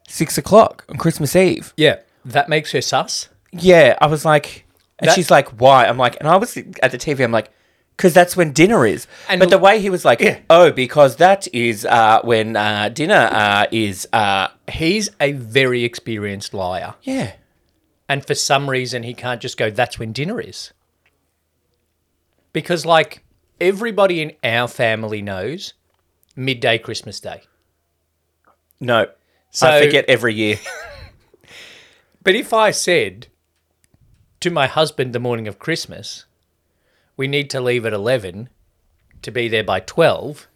Speaker 2: six o'clock on Christmas Eve.
Speaker 1: Yeah. That makes her sus.
Speaker 2: Yeah, I was like, and
Speaker 1: That-
Speaker 2: she's like, why? I'm like, and I was at the TV. I'm like, because that's when dinner is.
Speaker 1: And-
Speaker 2: but the way he was like, oh, because that is uh, when uh, dinner uh, is. Uh,
Speaker 1: He's a very experienced liar.
Speaker 2: yeah,
Speaker 1: And for some reason, he can't just go, that's when dinner is. Because, like, everybody in our family knows midday Christmas Day.
Speaker 2: No. I
Speaker 1: So-
Speaker 2: forget every year.
Speaker 1: But if I said to my husband the morning of Christmas, we need to leave at 11 to be there by 12,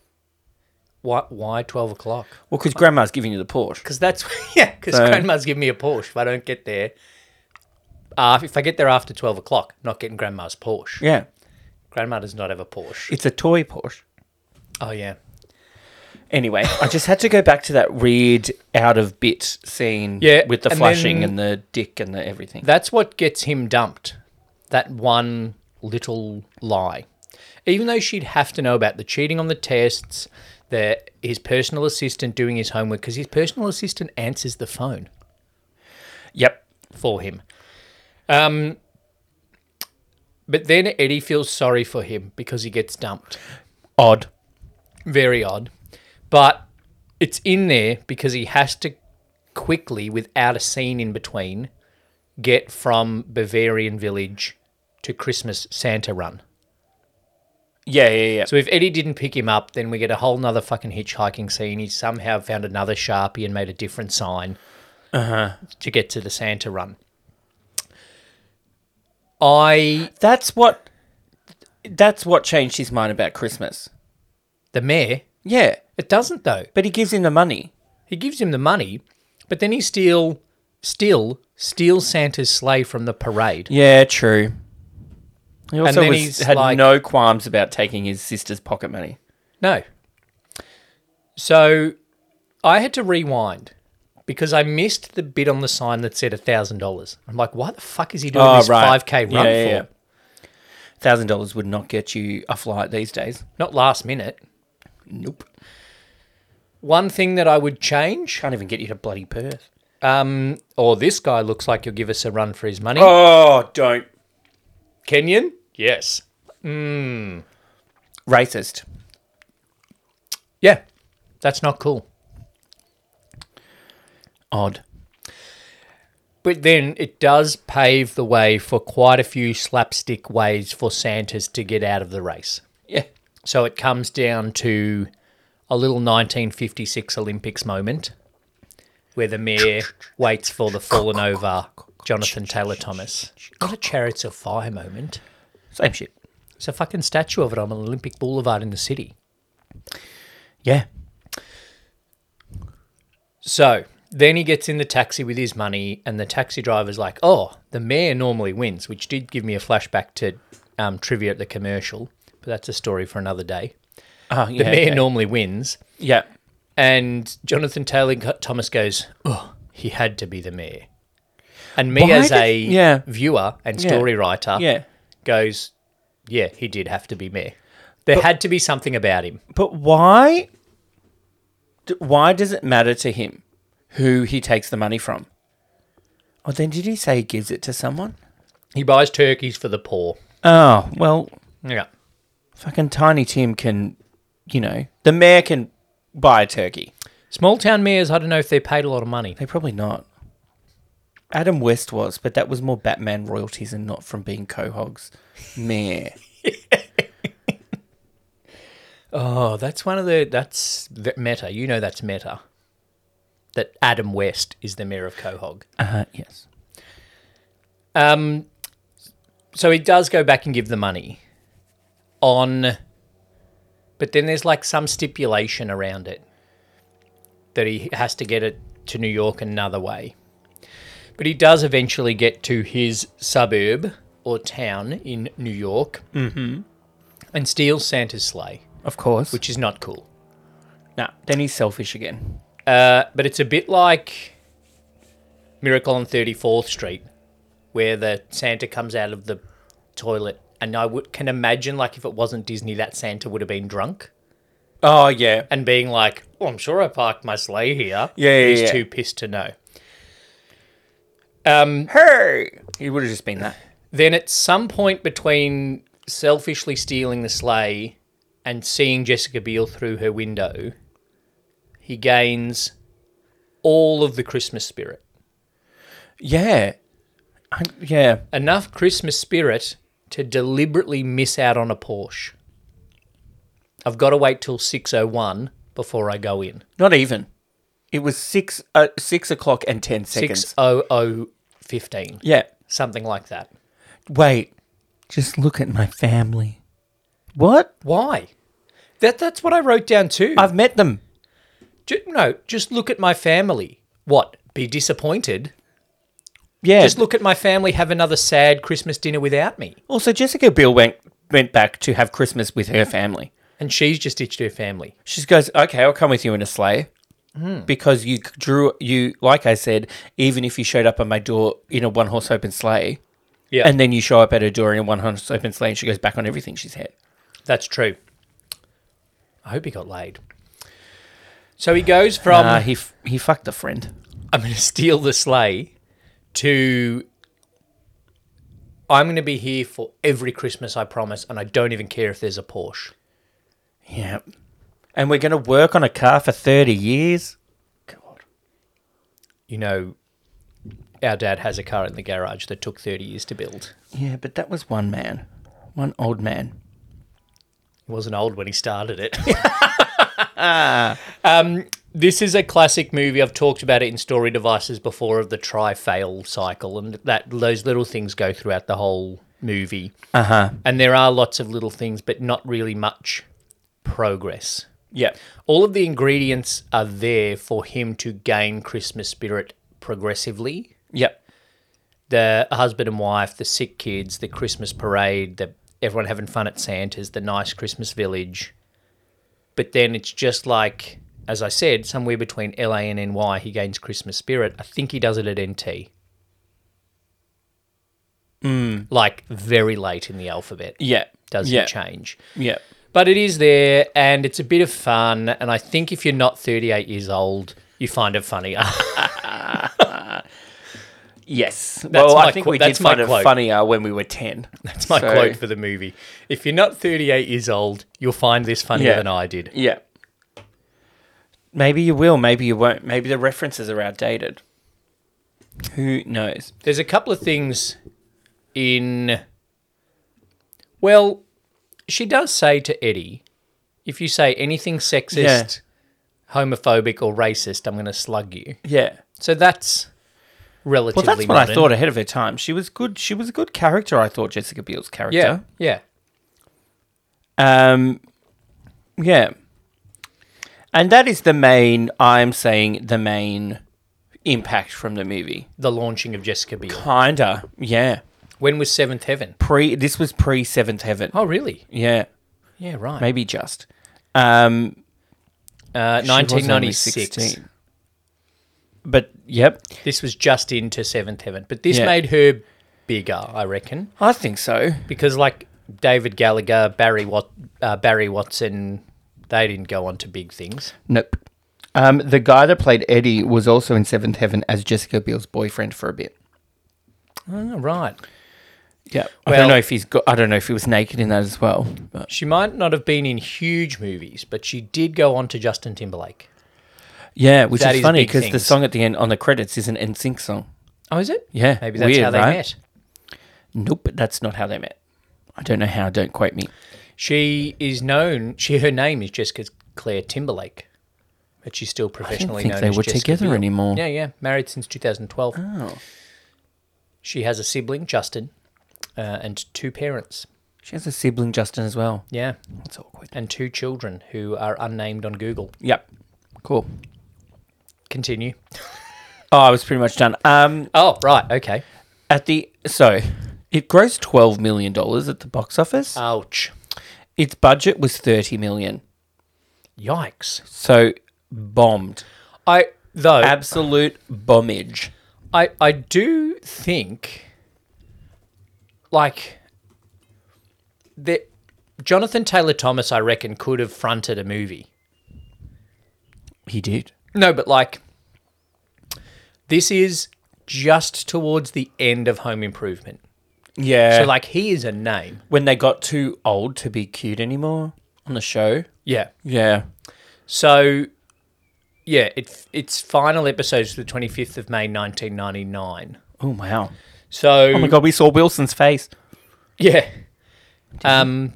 Speaker 1: why, why 12 o'clock?
Speaker 2: Well, because grandma's giving you the Porsche.
Speaker 1: Because that's, yeah, because
Speaker 2: So-
Speaker 1: grandma's giving me a Porsche if I don't get there. Uh, if I get there after 12 o'clock, not getting grandma's Porsche.
Speaker 2: Yeah.
Speaker 1: Grandma does not have a Porsche.
Speaker 2: It's a toy Porsche.
Speaker 1: Oh, yeah.
Speaker 2: Anyway, I just had to go back to that weird out of bit scene
Speaker 1: Yeah,
Speaker 2: with the
Speaker 1: and
Speaker 2: flashing
Speaker 1: then-
Speaker 2: and the dick and the everything.
Speaker 1: That's what gets him dumped. That one little lie. Even though she'd have to know about the cheating on the tests, the his personal assistant doing his homework because his personal assistant answers the phone
Speaker 2: Yep.
Speaker 1: for him. Um but then Eddie feels sorry for him because he gets dumped.
Speaker 2: Odd.
Speaker 1: Very odd. But it's in there because he has to quickly, without a scene in between, get from Bavarian Village to Christmas Santa Run.
Speaker 2: Yeah, yeah, yeah.
Speaker 1: So if Eddie didn't pick him up, then we get a whole nother fucking hitchhiking scene. He somehow found another Sharpie and made a different sign to get to the Santa Run. I.
Speaker 2: That's what that's what changed his mind about Christmas.
Speaker 1: The mayor.
Speaker 2: Yeah.
Speaker 1: It doesn't, though.
Speaker 2: But he gives him the money.
Speaker 1: He gives him the money, but then he steal, still steals Santa's sleigh from the parade.
Speaker 2: Yeah, true. He also
Speaker 1: then
Speaker 2: was-
Speaker 1: he's
Speaker 2: had
Speaker 1: like-
Speaker 2: no qualms about taking his sister's pocket money.
Speaker 1: No. So I had to rewind because I missed the bit on the sign that said $1,000. I'm like, why the fuck is he
Speaker 2: Ah,
Speaker 1: doing this 5K run for?
Speaker 2: Thousand dollars would not get you a flight these days.
Speaker 1: Not last minute.
Speaker 2: Nope.
Speaker 1: One thing that I would change,
Speaker 2: Can't even get you to bloody Perth.
Speaker 1: um, or this guy looks like he'll give us a run for his money.
Speaker 2: Oh, don't.
Speaker 1: Kenyan? Yes.
Speaker 2: Racist.
Speaker 1: Yeah. That's not cool.
Speaker 2: Odd.
Speaker 1: But then it does pave the way for quite a few slapstick ways for Santas to get out of the race.
Speaker 2: Yeah.
Speaker 1: So it comes down to a little 1956 Olympics moment where the mayor waits for the fallen over Jonathan Taylor Thomas. Not a Chariots of Fire moment.
Speaker 2: Same shit.
Speaker 1: There's a fucking statue of it on Olympic Boulevard in the city.
Speaker 2: Yeah.
Speaker 1: So then he gets in the taxi with his money, and the taxi driver's like, "Oh, the mayor normally wins," which did give me a flashback to um, trivia at the commercial, but that's a story for another day.
Speaker 2: Oh,
Speaker 1: The
Speaker 2: yeah.
Speaker 1: mayor
Speaker 2: okay.
Speaker 1: normally wins,
Speaker 2: yeah.
Speaker 1: and Jonathan Taylor Co- Thomas goes, "Oh, he had to be the mayor," and me
Speaker 2: Why
Speaker 1: as
Speaker 2: did-
Speaker 1: a
Speaker 2: yeah.
Speaker 1: viewer and
Speaker 2: Yeah.
Speaker 1: story writer
Speaker 2: Yeah.
Speaker 1: goes, "Yeah, he did have to be mayor. There had to be something about him."
Speaker 2: But why? d- Why does it matter to him who he takes the money from? Oh, then did he say he gives it to someone?
Speaker 1: He buys turkeys for the poor.
Speaker 2: Oh, well,
Speaker 1: Yeah.
Speaker 2: fucking Tiny Tim can, you know, the mayor can buy a turkey.
Speaker 1: Small town mayors, I don't know if they're paid a lot of money.
Speaker 2: They probably not. Adam West was, but that was more Batman royalties and not from being cohogs. Mayor.
Speaker 1: Oh, that's one of the that's the- meta. You know that's meta. That Adam West is the mayor of Cohog.
Speaker 2: Uh, yes.
Speaker 1: Um, so he does go back and give the money on, but then there's like some stipulation around it that he has to get it to New York another way. But he does eventually get to his suburb or town in New York and steals Santa's sleigh,
Speaker 2: Of course. Which,
Speaker 1: which is not cool.
Speaker 2: nah, then he's selfish again.
Speaker 1: Uh, but it's a bit like Miracle on 34th Street, where the Santa comes out of the toilet. And I would, can imagine, like, if it wasn't Disney, that Santa would have been drunk
Speaker 2: Oh, yeah.
Speaker 1: and being like, "Well, I'm sure I parked my sleigh here."
Speaker 2: Yeah, yeah,
Speaker 1: He's
Speaker 2: yeah.
Speaker 1: too pissed to know. Um,
Speaker 2: Hey! He would have just been that.
Speaker 1: then at some point between selfishly stealing the sleigh and seeing Jessica Biel through her window, he gains all of the Christmas spirit.
Speaker 2: Yeah. I, yeah.
Speaker 1: enough Christmas spirit to deliberately miss out on a Porsche. I've got to wait till 6.01 before I go in.
Speaker 2: Not even. It was six uh, six o'clock and ten seconds.
Speaker 1: 6.0015.
Speaker 2: Yeah.
Speaker 1: Something like that.
Speaker 2: Wait. Just look at my family. What?
Speaker 1: Why? That That's what I wrote down too.
Speaker 2: I've met them.
Speaker 1: Ju- no, just look at my family. What? Be disappointed?
Speaker 2: Yeah.
Speaker 1: Just look at my family have another sad Christmas dinner without me.
Speaker 2: Also, Jessica Biel went went back to have Christmas with her family.
Speaker 1: And she's just ditched her family.
Speaker 2: She goes, "Okay, I'll come with you in a sleigh." Hmm. Because you drew you, like I said, even if you showed up at my door in a one horse open sleigh,
Speaker 1: Yeah.
Speaker 2: and then you show up at her door in a one horse open sleigh, and she goes back on everything she's had.
Speaker 1: That's true. I hope he got laid. So he goes from
Speaker 2: Nah, he f- he fucked a friend.
Speaker 1: I'm going to steal the sleigh to I'm going to be here for every Christmas, I promise, and I don't even care if there's a Porsche.
Speaker 2: Yeah, and we're gonna work on a car for thirty years. God,
Speaker 1: You know, our dad has a car in the garage that took 30 years to build.
Speaker 2: yeah, but that was one man, one old man.
Speaker 1: He wasn't old when he started it. um, this is a classic movie. I've talked about it in story devices before of the try fail cycle, and that those little things go throughout the whole movie.
Speaker 2: Uh huh.
Speaker 1: And there are lots of little things, but not really much progress.
Speaker 2: Yeah.
Speaker 1: All of the ingredients are there for him to gain Christmas spirit progressively.
Speaker 2: Yep.
Speaker 1: The husband and wife, the sick kids, the Christmas parade, the everyone having fun at Santa's, the nice Christmas village. But then it's just like, as I said, somewhere between L A and N Y, he gains Christmas spirit. I think he does it at NT. Like very late in the alphabet
Speaker 2: Yeah.
Speaker 1: does
Speaker 2: yeah.
Speaker 1: he change.
Speaker 2: Yeah.
Speaker 1: But it is there and it's a bit of fun. And I think if you're not 38 years old, you find it funny.
Speaker 2: Yes.
Speaker 1: That's
Speaker 2: well,
Speaker 1: my
Speaker 2: I think
Speaker 1: qu-
Speaker 2: we did
Speaker 1: that's my
Speaker 2: find it
Speaker 1: quote.
Speaker 2: funnier when we were 10.
Speaker 1: That's my
Speaker 2: So,
Speaker 1: quote for the movie. If you're not 38 years old, you'll find this funnier
Speaker 2: Yeah.
Speaker 1: than I did.
Speaker 2: Yeah. Maybe you will, maybe you won't. Maybe the references are outdated. Who knows?
Speaker 1: There's a couple of things in. Well, she does say to Eddie, if you say anything sexist, homophobic, or racist, I'm going to slug you.
Speaker 2: Yeah.
Speaker 1: So that's
Speaker 2: Well,
Speaker 1: relatively
Speaker 2: that's what I
Speaker 1: modern.
Speaker 2: thought ahead of her time. She was good. She was a good character, I thought, Jessica Biel's
Speaker 1: Yeah.
Speaker 2: character.
Speaker 1: Yeah.
Speaker 2: Yeah. Um, yeah. And that is the main, I'm saying, the main impact from the movie.
Speaker 1: The launching of Jessica Biel.
Speaker 2: Kinda. Yeah.
Speaker 1: When was Seventh Heaven?
Speaker 2: Pre. This was pre Seventh Heaven.
Speaker 1: Oh, really?
Speaker 2: Yeah.
Speaker 1: Yeah, right.
Speaker 2: Maybe just. Um,
Speaker 1: Uh,
Speaker 2: She was only
Speaker 1: 1996.
Speaker 2: 16. But yep,
Speaker 1: This was just into Seventh Heaven, but this
Speaker 2: Yeah.
Speaker 1: made her bigger, I reckon,
Speaker 2: I think so.
Speaker 1: because like David Gallagher, Barry Wat- uh, Barry Watson, they didn't go on to big things.
Speaker 2: Nope. Um, the guy that played Eddie was also in Seventh Heaven as Jessica Biel's boyfriend for a bit.
Speaker 1: Oh, right.
Speaker 2: Yeah, I
Speaker 1: Well-
Speaker 2: don't know if he's got. I don't know if he was naked in that as well. But
Speaker 1: She might not have been in huge movies, but she did go on to Justin Timberlake.
Speaker 2: yeah, which
Speaker 1: That
Speaker 2: is
Speaker 1: is
Speaker 2: funny
Speaker 1: big
Speaker 2: because the
Speaker 1: things.
Speaker 2: song at the end on the credits is an NSYNC song.
Speaker 1: Oh, is it?
Speaker 2: Yeah,
Speaker 1: Maybe that's
Speaker 2: weird,
Speaker 1: how they
Speaker 2: right?
Speaker 1: met.
Speaker 2: Nope, that's not how they met. I don't know how. Don't quote me.
Speaker 1: She is known. She her name is Jessica Claire Timberlake, but she's still
Speaker 2: I didn't
Speaker 1: professionally
Speaker 2: think
Speaker 1: known
Speaker 2: they
Speaker 1: as
Speaker 2: were
Speaker 1: Jessica
Speaker 2: together
Speaker 1: Biel.
Speaker 2: anymore.
Speaker 1: Yeah, yeah. Married since 2012.
Speaker 2: Oh.
Speaker 1: She has a sibling, Justin, uh, and two parents.
Speaker 2: She has a sibling, Justin, as well.
Speaker 1: Yeah.
Speaker 2: That's awkward.
Speaker 1: And two children who are unnamed on Google.
Speaker 2: Yep. Cool.
Speaker 1: Continue.
Speaker 2: Oh, I was pretty much done. Um,
Speaker 1: Oh, right. Okay.
Speaker 2: At the so, it grossed twelve million dollars at the box office.
Speaker 1: Ouch.
Speaker 2: its budget was thirty million,
Speaker 1: Yikes.
Speaker 2: so bombed,
Speaker 1: I, though,
Speaker 2: absolute bombage.
Speaker 1: I, I do think, like, that Jonathan Taylor Thomas, I reckon, could have fronted a movie.
Speaker 2: He did.
Speaker 1: No, but like, this is just towards the end of Home Improvement.
Speaker 2: Yeah.
Speaker 1: So, like, he is a name.
Speaker 2: when they got too old to be cute anymore on the show.
Speaker 1: Yeah.
Speaker 2: Yeah.
Speaker 1: So, yeah, it, its final episode is the 25th of May 1999.
Speaker 2: Oh wow.
Speaker 1: So,
Speaker 2: Oh my god, we saw Wilson's face.
Speaker 1: yeah. Um,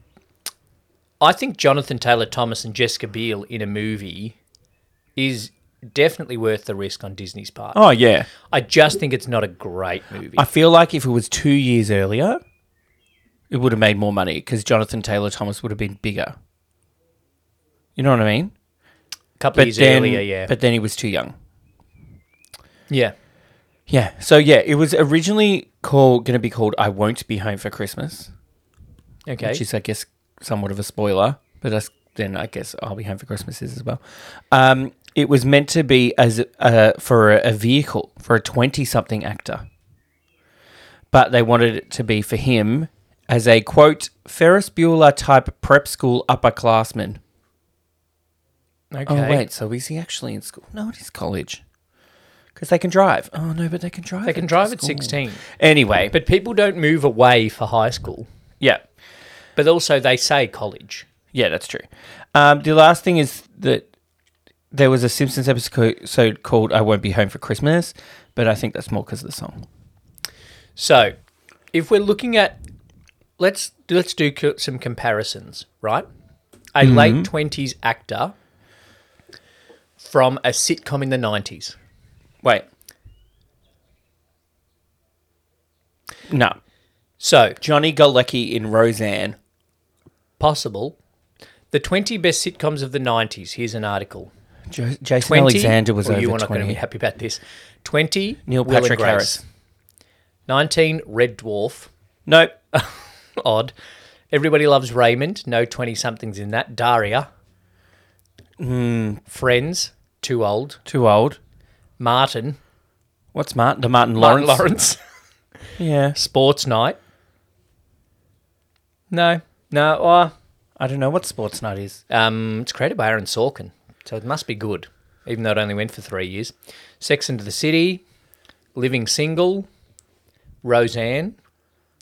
Speaker 1: I think Jonathan Taylor Thomas and Jessica Biel in a movie is definitely worth the risk on Disney's part.
Speaker 2: Oh yeah.
Speaker 1: I just think it's not a great movie.
Speaker 2: I feel like if it was two years earlier, it would have made more money because Jonathan Taylor Thomas would have been bigger. You know what I mean?
Speaker 1: a couple
Speaker 2: But
Speaker 1: years
Speaker 2: then,
Speaker 1: earlier, yeah.
Speaker 2: But then he was too young.
Speaker 1: yeah.
Speaker 2: Yeah. So yeah, it was originally called going to be called "I Won't Be Home for Christmas,"
Speaker 1: Okay.
Speaker 2: which is, I guess, somewhat of a spoiler. But that's, then I guess "I'll Be Home for Christmas" is as well. Um, it was meant to be as uh, for a, a vehicle for a twenty-something actor, but they wanted it to be for him as a quote Ferris Bueller type prep school upperclassman.
Speaker 1: okay.
Speaker 2: Oh wait, so is he actually in school? No, it is college. Because they can drive. Oh no, but they can drive.
Speaker 1: They can
Speaker 2: to
Speaker 1: drive at
Speaker 2: school.
Speaker 1: 16.
Speaker 2: Anyway, but
Speaker 1: But people don't move away for high school.
Speaker 2: yeah,
Speaker 1: But also they say college.
Speaker 2: yeah, that's true. Um, the last thing is that there was a Simpsons episode called "I Won't Be Home for Christmas," but I think that's more because of the song.
Speaker 1: So, if we're looking at let's let's do co- some comparisons, right? A
Speaker 2: Mm-hmm.
Speaker 1: late 20s actor from a sitcom in the 90s.
Speaker 2: Wait, no,
Speaker 1: So,
Speaker 2: Johnny Galecki in Roseanne.
Speaker 1: possible the 20 best sitcoms of the 90s. Here's an article.
Speaker 2: Jo- Jason
Speaker 1: 20
Speaker 2: Alexander was
Speaker 1: well,
Speaker 2: over
Speaker 1: you are not going to
Speaker 2: twenty.
Speaker 1: be happy about this. 20
Speaker 2: Neil
Speaker 1: Will and
Speaker 2: Patrick
Speaker 1: Grace.
Speaker 2: Harris.
Speaker 1: 19 Red Dwarf.
Speaker 2: Nope.
Speaker 1: Odd. Everybody loves Raymond. No 20 somethings in that. Daria.
Speaker 2: Hmm.
Speaker 1: Friends. Too old.
Speaker 2: Too old.
Speaker 1: Martin.
Speaker 2: What's Martin? The Martin
Speaker 1: Lawrence.
Speaker 2: Lawrence.
Speaker 1: Lawrence.
Speaker 2: Yeah.
Speaker 1: Sports night. No. No. Uh,
Speaker 2: I don't know what sports night is.
Speaker 1: um, it's created by Aaron Sorkin. So it must be good, even though it only went for three years. Sex into the City. Living Single. Roseanne.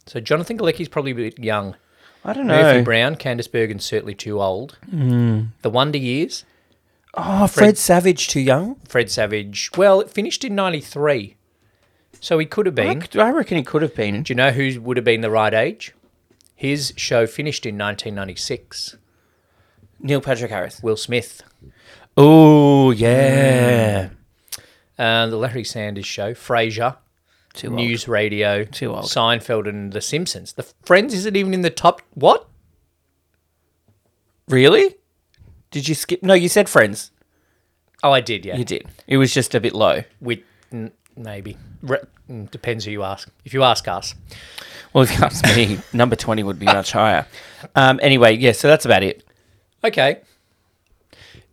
Speaker 1: So Jonathan Galecki's probably a bit young.
Speaker 2: I don't
Speaker 1: Murphy
Speaker 2: know.
Speaker 1: Brown, Candice Bergen's certainly too old.
Speaker 2: Hmm.
Speaker 1: The Wonder Years,
Speaker 2: Oh, Fred, Savage too young.
Speaker 1: Fred Savage. Well, it finished in 93. So he could have
Speaker 2: I,
Speaker 1: been.
Speaker 2: c- I reckon he could have been.
Speaker 1: Do you know who would have been the right age? His show finished in 1996.
Speaker 2: Neil Patrick Harris.
Speaker 1: Will Smith.
Speaker 2: Oh yeah.
Speaker 1: Uh, the Larry Sanders Show. Frasier.
Speaker 2: Too old.
Speaker 1: News Radio.
Speaker 2: Too old.
Speaker 1: Seinfeld and The Simpsons. The Friends isn't even in the top. What?
Speaker 2: Really? Did you skip? No, you said Friends.
Speaker 1: Oh, I did, yeah.
Speaker 2: You did. It was just a bit low.
Speaker 1: With, mm, maybe. Re- mm, depends who you ask. If you ask us.
Speaker 2: Well, if you ask me, number twenty would be much higher. Um. Anyway, yeah. So that's about it.
Speaker 1: Okay.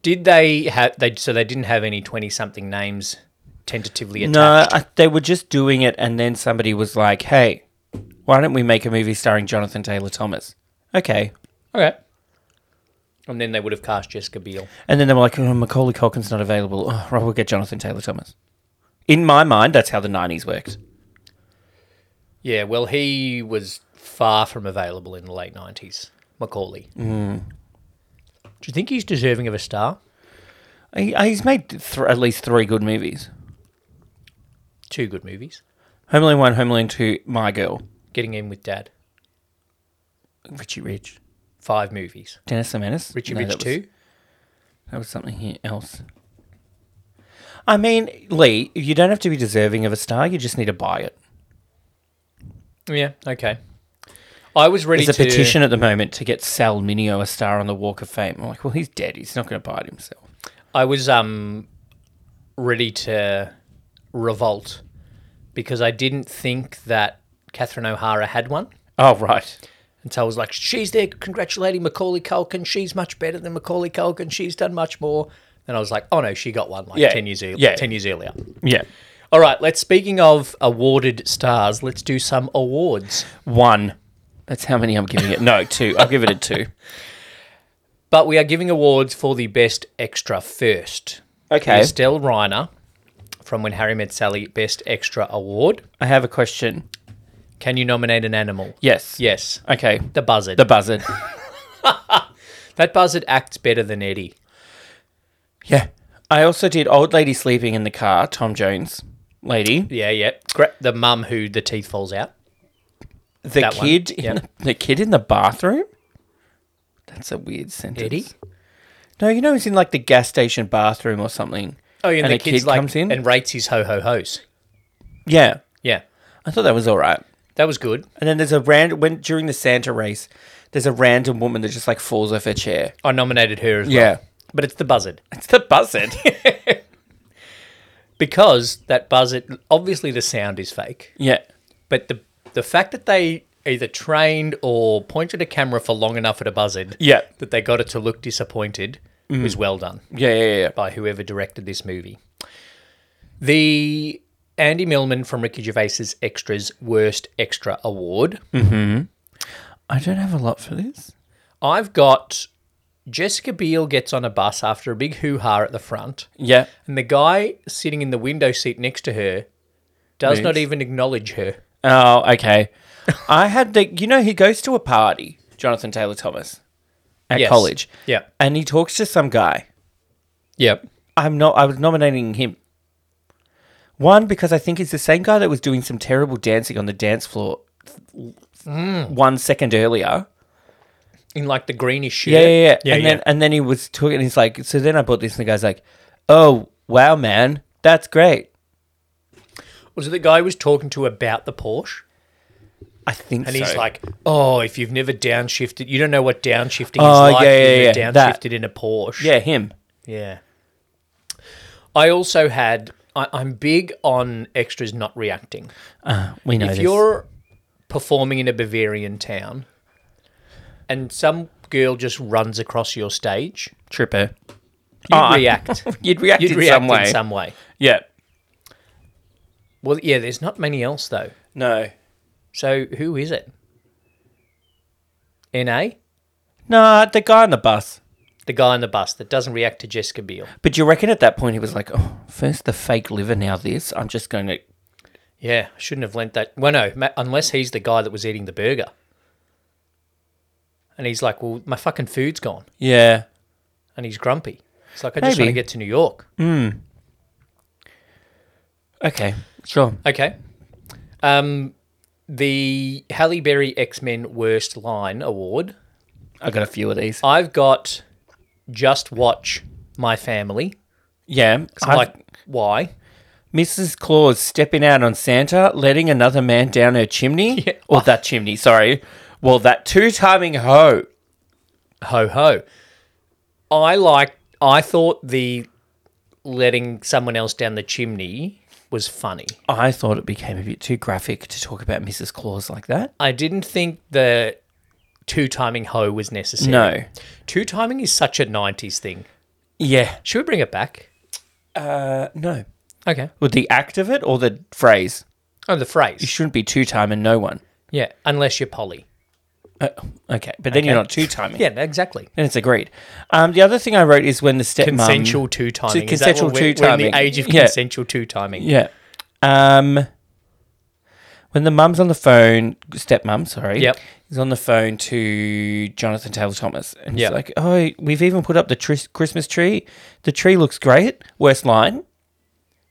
Speaker 1: Did they have they so they didn't have any twenty something names tentatively
Speaker 2: No,
Speaker 1: attached?
Speaker 2: I, they were just doing it, and then somebody was like, "Hey, why don't we make a movie starring Jonathan Taylor Thomas?" Okay.
Speaker 1: Okay. And then they would have cast Jessica Biel.
Speaker 2: And then they were like, oh, Macaulay Culkin's not available. Oh, right, we'll get Jonathan Taylor Thomas. In my mind, that's how the 90s worked.
Speaker 1: Yeah, well he was far from available in the late nineties. Macaulay.
Speaker 2: Mm.
Speaker 1: Do you think he's deserving of a star?
Speaker 2: He, he's made th- at least three good movies
Speaker 1: Two good movies.
Speaker 2: Homeland 1, Homeland 2, My Girl,
Speaker 1: Getting in with Dad.
Speaker 2: Richie Rich,
Speaker 1: Five movies.
Speaker 2: Dennis the Menace.
Speaker 1: Richie
Speaker 2: No,
Speaker 1: Rich
Speaker 2: that was-
Speaker 1: two.
Speaker 2: That was something he- else. I mean, Lee, you don't have to be deserving of a star. You just need to buy it.
Speaker 1: Yeah, okay. I was ready
Speaker 2: There's a
Speaker 1: to
Speaker 2: petition at the moment to get Sal Mineo a star on the Walk of Fame. I'm like, well, he's dead. He's not going to buy it himself.
Speaker 1: I was um ready to revolt because I didn't think that Catherine O'Hara had one.
Speaker 2: Oh, right.
Speaker 1: And so I was like, she's there congratulating Macaulay Culkin. She's much better than Macaulay Culkin. She's done much more. And I was like, oh no, she got one like
Speaker 2: Yeah.
Speaker 1: 10 years earlier.
Speaker 2: Yeah.
Speaker 1: 10 years earlier.
Speaker 2: Yeah.
Speaker 1: All right, let's speaking of awarded stars, let's do some awards.
Speaker 2: One. That's how many I'm giving it. No, two. I'll give it a two.
Speaker 1: But we are giving awards for the best extra first.
Speaker 2: Okay.
Speaker 1: Estelle Reiner from When Harry Met Sally Best Extra Award.
Speaker 2: I have a question.
Speaker 1: Can you nominate an animal?
Speaker 2: Yes.
Speaker 1: Yes.
Speaker 2: Okay.
Speaker 1: The buzzard.
Speaker 2: The buzzard.
Speaker 1: that buzzard acts better than Eddie.
Speaker 2: yeah. I also did Old Lady Sleeping in the Car, Tom Jones lady.
Speaker 1: Yeah, yeah. Gra- the mum who the teeth falls out.
Speaker 2: The
Speaker 1: That one.
Speaker 2: kid in
Speaker 1: Yeah.
Speaker 2: the, the kid in the bathroom. That's a weird sentence.
Speaker 1: Eddie?
Speaker 2: No, you know he's in like the gas station bathroom or something.
Speaker 1: Oh, and,
Speaker 2: And
Speaker 1: the
Speaker 2: a
Speaker 1: kid's
Speaker 2: kid
Speaker 1: like
Speaker 2: comes in?
Speaker 1: and rates his ho ho hos.
Speaker 2: Yeah,
Speaker 1: Yeah,
Speaker 2: I thought that was all right.
Speaker 1: that was good.
Speaker 2: And then there's a random when during the Santa race, there's a random woman that just like falls off her chair.
Speaker 1: I nominated her as well.
Speaker 2: Yeah.
Speaker 1: but it's the buzzard
Speaker 2: It's the buzzard.
Speaker 1: because that buzzard. Obviously, the sound is fake,
Speaker 2: yeah.
Speaker 1: but the the fact that they either trained or pointed a camera for long enough at a buzzard,
Speaker 2: Yeah. Mm-hmm.
Speaker 1: that they got it to look disappointed, was well done.
Speaker 2: Yeah, yeah, yeah.
Speaker 1: by whoever directed this movie. The Andy Millman from Ricky Gervais's Extras Worst Extra Award.
Speaker 2: I don't have a lot for this.
Speaker 1: I've got Jessica Biel gets on a bus after a big hoo ha at the front,
Speaker 2: Yeah.
Speaker 1: and the guy sitting in the window seat next to her does
Speaker 2: Moves.
Speaker 1: not even acknowledge her.
Speaker 2: Oh, okay. I had the you know, he goes to a party, Jonathan Taylor Thomas. At
Speaker 1: Yes.
Speaker 2: college.
Speaker 1: Yeah.
Speaker 2: And he talks to some guy.
Speaker 1: Yep.
Speaker 2: I'm not I was nominating him. One, because I think he's the same guy that was doing some terrible dancing on the dance floor th-
Speaker 1: Mm.
Speaker 2: one second earlier.
Speaker 1: In like the greenish shirt.
Speaker 2: Yeah, yeah, yeah.
Speaker 1: Yeah,
Speaker 2: and
Speaker 1: yeah.
Speaker 2: then and then he was talking. And he's like, so then I bought this, and the guy's like, oh wow, man, that's great.
Speaker 1: Was it the guy who was talking to about the Porsche?
Speaker 2: I think.
Speaker 1: And
Speaker 2: so.
Speaker 1: he's like, oh, if you've never downshifted, you don't know what downshifting
Speaker 2: Oh,
Speaker 1: is like
Speaker 2: yeah,
Speaker 1: if
Speaker 2: yeah,
Speaker 1: you've
Speaker 2: yeah, that.
Speaker 1: downshifted in a Porsche.
Speaker 2: yeah, him.
Speaker 1: Yeah. I also had. I, I'm big on extras not reacting.
Speaker 2: Uh, We know
Speaker 1: If
Speaker 2: this.
Speaker 1: you're performing in a Bavarian town, and some girl just runs across your stage,
Speaker 2: tripper,
Speaker 1: you
Speaker 2: Oh, I-
Speaker 1: react.
Speaker 2: you'd react,
Speaker 1: You'd
Speaker 2: in,
Speaker 1: react
Speaker 2: some way.
Speaker 1: in some way.
Speaker 2: Yeah.
Speaker 1: Well, yeah. There's not many else though.
Speaker 2: No.
Speaker 1: So who is it? Na,
Speaker 2: Nah, the guy on the bus.
Speaker 1: the guy on the bus that doesn't react to Jessica Biel.
Speaker 2: But you reckon at that point he was like, oh, first the fake liver, now this. I'm just going to.
Speaker 1: Yeah, I shouldn't have lent that. Well, no, ma- unless he's the guy that was eating the burger. And he's like, well, my fucking food's gone.
Speaker 2: Yeah.
Speaker 1: And he's grumpy. It's like, I just want
Speaker 2: Maybe.
Speaker 1: to get to New York.
Speaker 2: Okay. Sure.
Speaker 1: Okay. Um, the Halle Berry X Men Worst Line Award.
Speaker 2: I got a few of these.
Speaker 1: I've got Just Watch My Family.
Speaker 2: Yeah.
Speaker 1: 'Cause I'm
Speaker 2: I've-
Speaker 1: like, why?
Speaker 2: Mrs. Claus stepping out on Santa, letting another man down her chimney.
Speaker 1: Yeah.
Speaker 2: Or that chimney, sorry. Well, that two timing hoe.
Speaker 1: Ho ho. I like. I thought the letting someone else down the chimney was funny.
Speaker 2: I thought it became a bit too graphic to talk about Mrs. Claus like that.
Speaker 1: I didn't think the two timing hoe was necessary.
Speaker 2: No.
Speaker 1: Two timing is such a 90s thing.
Speaker 2: Yeah.
Speaker 1: Should we bring it back?
Speaker 2: Uh, no.
Speaker 1: Okay.
Speaker 2: With the act of it or the phrase?
Speaker 1: Oh, the
Speaker 2: You
Speaker 1: phrase.
Speaker 2: shouldn't be two timing no one.
Speaker 1: Yeah, unless you're Polly.
Speaker 2: Uh, okay. But then you're
Speaker 1: Okay.
Speaker 2: not two timing.
Speaker 1: Yeah, exactly.
Speaker 2: Then it's agreed. Um, the other thing I wrote is when the stepmom.
Speaker 1: Um, Consensual two timing. Is that
Speaker 2: consensual
Speaker 1: what we're- We're in
Speaker 2: two-timing.
Speaker 1: the age of
Speaker 2: Yeah.
Speaker 1: consensual two timing.
Speaker 2: Yeah. Um, when the mum's on the phone, stepmum, sorry,
Speaker 1: Yep.
Speaker 2: is on the phone to Jonathan Taylor Thomas, and he's
Speaker 1: Yep.
Speaker 2: like, "Oh, we've even put up the tr- Christmas tree. The tree looks great. Worst line,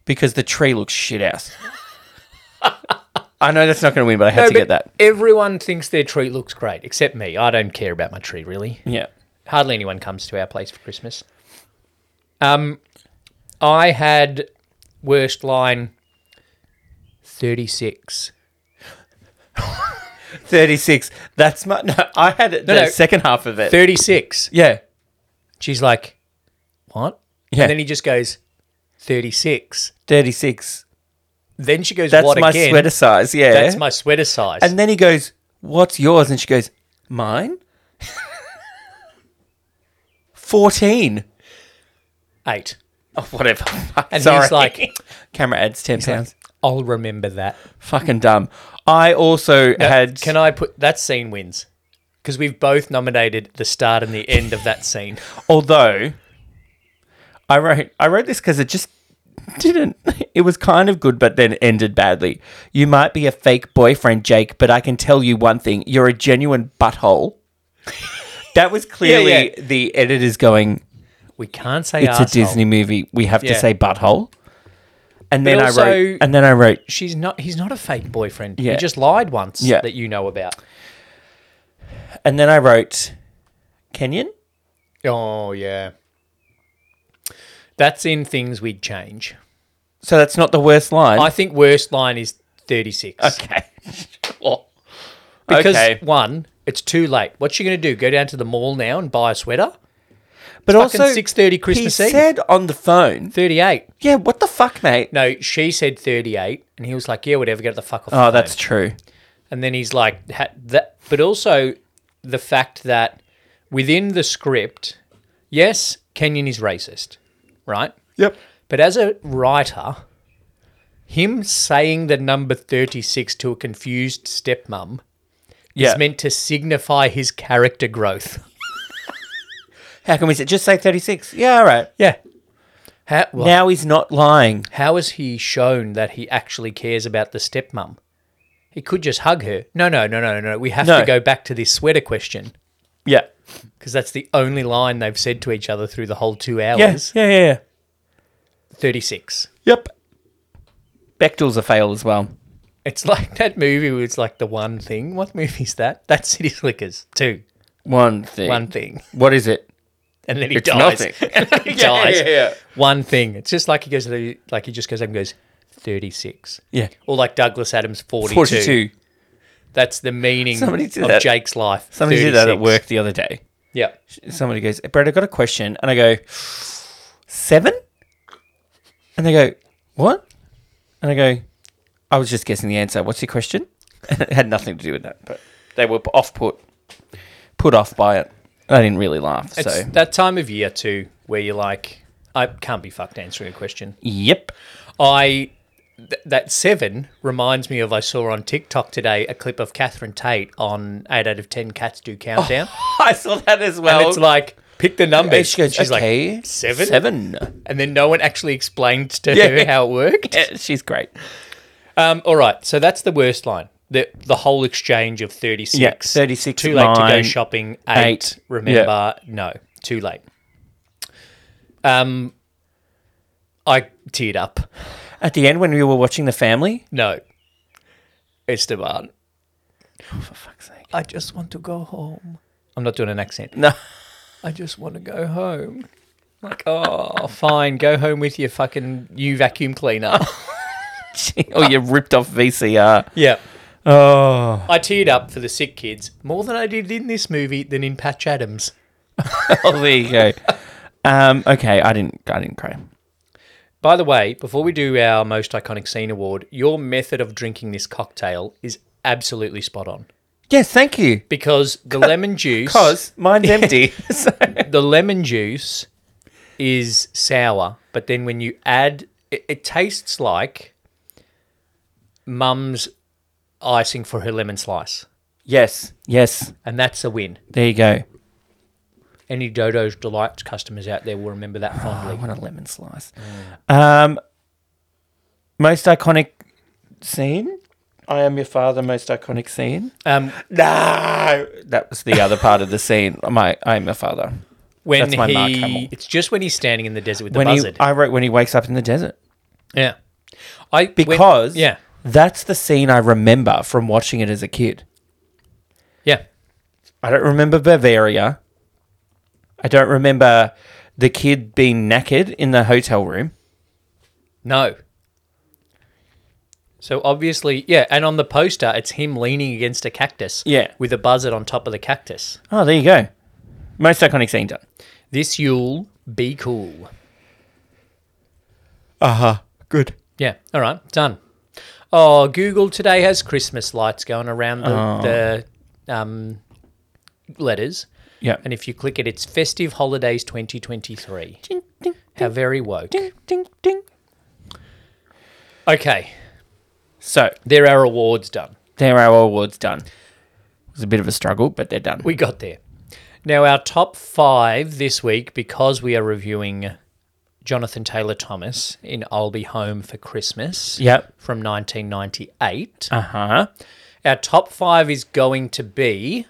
Speaker 2: because the tree looks shit ass." I know that's not going to win, but I had to get that.
Speaker 1: Everyone thinks their tree looks great, except me. I don't care about my tree, really.
Speaker 2: Yeah.
Speaker 1: Hardly anyone comes to our place for Christmas. Um, I had worst line 36.
Speaker 2: 36. That's my. No, I had it, the
Speaker 1: no.
Speaker 2: second half of it.
Speaker 1: 36.
Speaker 2: yeah.
Speaker 1: She's like, What?
Speaker 2: Yeah.
Speaker 1: And then he just goes, 36.
Speaker 2: 36.
Speaker 1: Then she goes,
Speaker 2: That's
Speaker 1: What
Speaker 2: my
Speaker 1: again?
Speaker 2: sweater size. Yeah.
Speaker 1: That's my sweater size.
Speaker 2: And then he goes, What's yours? And she goes, Mine? 14.
Speaker 1: Eight.
Speaker 2: Oh, whatever.
Speaker 1: And
Speaker 2: Sorry.
Speaker 1: he's like,
Speaker 2: Camera adds 10 pounds.
Speaker 1: I'll remember that.
Speaker 2: Fucking dumb. I also had.
Speaker 1: Can I put that scene wins? Because we've both nominated the start and the end of that scene.
Speaker 2: although I wrote I wrote this because it just didn't. It was kind of good, but then ended badly. You might be a fake boyfriend, Jake, but I can tell you one thing: you're a genuine butthole. that was clearly
Speaker 1: yeah.
Speaker 2: the editors going.
Speaker 1: We can't say
Speaker 2: It's a
Speaker 1: arsehole.
Speaker 2: Disney movie. We have
Speaker 1: Yeah.
Speaker 2: to say butthole. And then
Speaker 1: also-
Speaker 2: I wrote. And then I wrote.
Speaker 1: She's not. He's not a fake boyfriend.
Speaker 2: Yeah.
Speaker 1: He just lied once
Speaker 2: Yeah.
Speaker 1: that you know about.
Speaker 2: And then I wrote. Kenyon?
Speaker 1: Oh yeah. That's in things we'd change.
Speaker 2: So that's not the worst line.
Speaker 1: I think worst line is 36.
Speaker 2: okay. Oh,
Speaker 1: Because
Speaker 2: okay.
Speaker 1: one, it's too late. What's she going to do? Go down to the mall now and buy a sweater?
Speaker 2: But
Speaker 1: fucking
Speaker 2: also
Speaker 1: 6:30 Christmas
Speaker 2: he
Speaker 1: Eve.
Speaker 2: said on the phone,
Speaker 1: 38.
Speaker 2: "Yeah, what the fuck, mate?"
Speaker 1: No, she said 38 and he was like, "Yeah, whatever, get the fuck off." the
Speaker 2: Oh,
Speaker 1: phone."
Speaker 2: that's true.
Speaker 1: And then he's like ha- that but also the fact that within the script, yes, Kenyon is racist, right?
Speaker 2: Yep.
Speaker 1: But as a writer, him saying the number 36 to a confused stepmom
Speaker 2: Yeah.
Speaker 1: is meant to signify his character growth.
Speaker 2: How can we say, just say 36? Yeah, all right.
Speaker 1: Yeah. How, well,
Speaker 2: Now he's not lying.
Speaker 1: how is he shown that he actually cares about the stepmom? He could just hug her. No, no, no, no, no. We have
Speaker 2: No.
Speaker 1: to go back to this sweater question
Speaker 2: Yeah.
Speaker 1: because that's the only line they've said to each other through the whole two
Speaker 2: Yes.
Speaker 1: hours.
Speaker 2: Yeah, yeah, yeah.
Speaker 1: 36.
Speaker 2: Yep. Bechtel's a fail as well.
Speaker 1: It's like that movie was like the one thing. What movie's that? That's City Slickers 2.
Speaker 2: One thing.
Speaker 1: One thing.
Speaker 2: What is it?
Speaker 1: and then he
Speaker 2: It's
Speaker 1: dies.
Speaker 2: nothing.
Speaker 1: and then he
Speaker 2: Yeah,
Speaker 1: dies.
Speaker 2: yeah, yeah.
Speaker 1: One thing. It's just like he goes to the, like he just goes up and goes thirty six.
Speaker 2: Yeah.
Speaker 1: Or like Douglas Adams forty two.
Speaker 2: 42.
Speaker 1: That's the meaning
Speaker 2: Somebody
Speaker 1: of
Speaker 2: did that.
Speaker 1: Jake's life.
Speaker 2: Somebody did that at
Speaker 1: 36.
Speaker 2: work the other day.
Speaker 1: Yeah.
Speaker 2: Somebody goes, Brad, I got a question. And I go, seven? And they go, what? And I go, I was just guessing the answer. What's your question? it had nothing to do with that, but they were off put, put off by it. And I didn't really laugh.
Speaker 1: It's
Speaker 2: so,
Speaker 1: that time of year too where you're like, I can't be fucked answering a question.
Speaker 2: yep.
Speaker 1: I th- that seven reminds me of I saw on TikTok today a clip of Catherine Tate on eight out of ten cats do countdown.
Speaker 2: I saw that as well.
Speaker 1: And it's like pick the number.
Speaker 2: And Oh. she goes,
Speaker 1: She's
Speaker 2: okay,
Speaker 1: like seven?
Speaker 2: Seven.
Speaker 1: and then no one actually explained to
Speaker 2: Yeah.
Speaker 1: her how it worked.
Speaker 2: Yeah, she's great.
Speaker 1: Um, all right, so that's the worst line. The the whole exchange of thirty six.
Speaker 2: Yeah, 36,
Speaker 1: Too late to go
Speaker 2: nine,
Speaker 1: shopping. Eight.
Speaker 2: eight.
Speaker 1: remember, no, too late. Um, I teared up.
Speaker 2: At the end, when we were watching The Family,
Speaker 1: No, Esteban,
Speaker 2: for fuck's sake.
Speaker 1: I just want to go home. I'm not doing an accent.
Speaker 2: No.
Speaker 1: I just want to go home. Like, oh, fine, go home with your fucking new vacuum cleaner.
Speaker 2: oh, you ripped off VCR.
Speaker 1: yeah.
Speaker 2: Oh.
Speaker 1: I teared up for the sick kids more than I did in this movie than in Patch Adams.
Speaker 2: oh, there you go. Um, okay, I didn't. I didn't cry.
Speaker 1: By the way, before we do our most iconic scene award, your method of drinking this cocktail is absolutely spot on
Speaker 2: Yes, thank you.
Speaker 1: because the lemon juice
Speaker 2: Cause mine's empty. So-
Speaker 1: the lemon juice is sour, but then when you add it, it tastes like mum's icing for her lemon slice,
Speaker 2: yes, yes.
Speaker 1: and that's a win.
Speaker 2: There you go.
Speaker 1: Any Dodo's Delights customers out there will remember that
Speaker 2: I
Speaker 1: fondly.
Speaker 2: want Oh, a lemon slice. Um, most iconic scene. I am your father. Most iconic scene.
Speaker 1: Um,
Speaker 2: Uh, No, that was the other part of the scene. My, I am your father.
Speaker 1: when
Speaker 2: That's my
Speaker 1: he,
Speaker 2: Mark Hamill.
Speaker 1: it's just when he's standing in the desert with
Speaker 2: When
Speaker 1: the
Speaker 2: he,
Speaker 1: buzzard.
Speaker 2: I wrote when he wakes up in the desert
Speaker 1: yeah, I when-
Speaker 2: because
Speaker 1: yeah,
Speaker 2: that's the scene I remember from watching it as a kid.
Speaker 1: yeah,
Speaker 2: I don't remember Bavaria. I don't remember the kid being knackered in the hotel room.
Speaker 1: no. So obviously, yeah, and on the poster, it's him leaning against a cactus.
Speaker 2: Yeah.
Speaker 1: with a buzzard on top of the cactus.
Speaker 2: Oh, there you go. Most iconic scene done.
Speaker 1: This Yule, be cool.
Speaker 2: Uh huh. Good.
Speaker 1: Yeah. All right. Done. Oh, Google today has Christmas lights going around the,
Speaker 2: Oh.
Speaker 1: the um, letters.
Speaker 2: Yeah.
Speaker 1: And if you click it, it's Festive Holidays 2023.
Speaker 2: ding, ding,
Speaker 1: How very woke.
Speaker 2: ding, ding, ding.
Speaker 1: Okay.
Speaker 2: So
Speaker 1: There are awards done.
Speaker 2: there are our awards done. It was a bit of a struggle, but they're done.
Speaker 1: We got there. Now, our top five this week, because we are reviewing Jonathan Taylor Thomas in I'll Be Home for Christmas
Speaker 2: Yep.
Speaker 1: from 1998.
Speaker 2: Uh huh.
Speaker 1: Our top five is going to be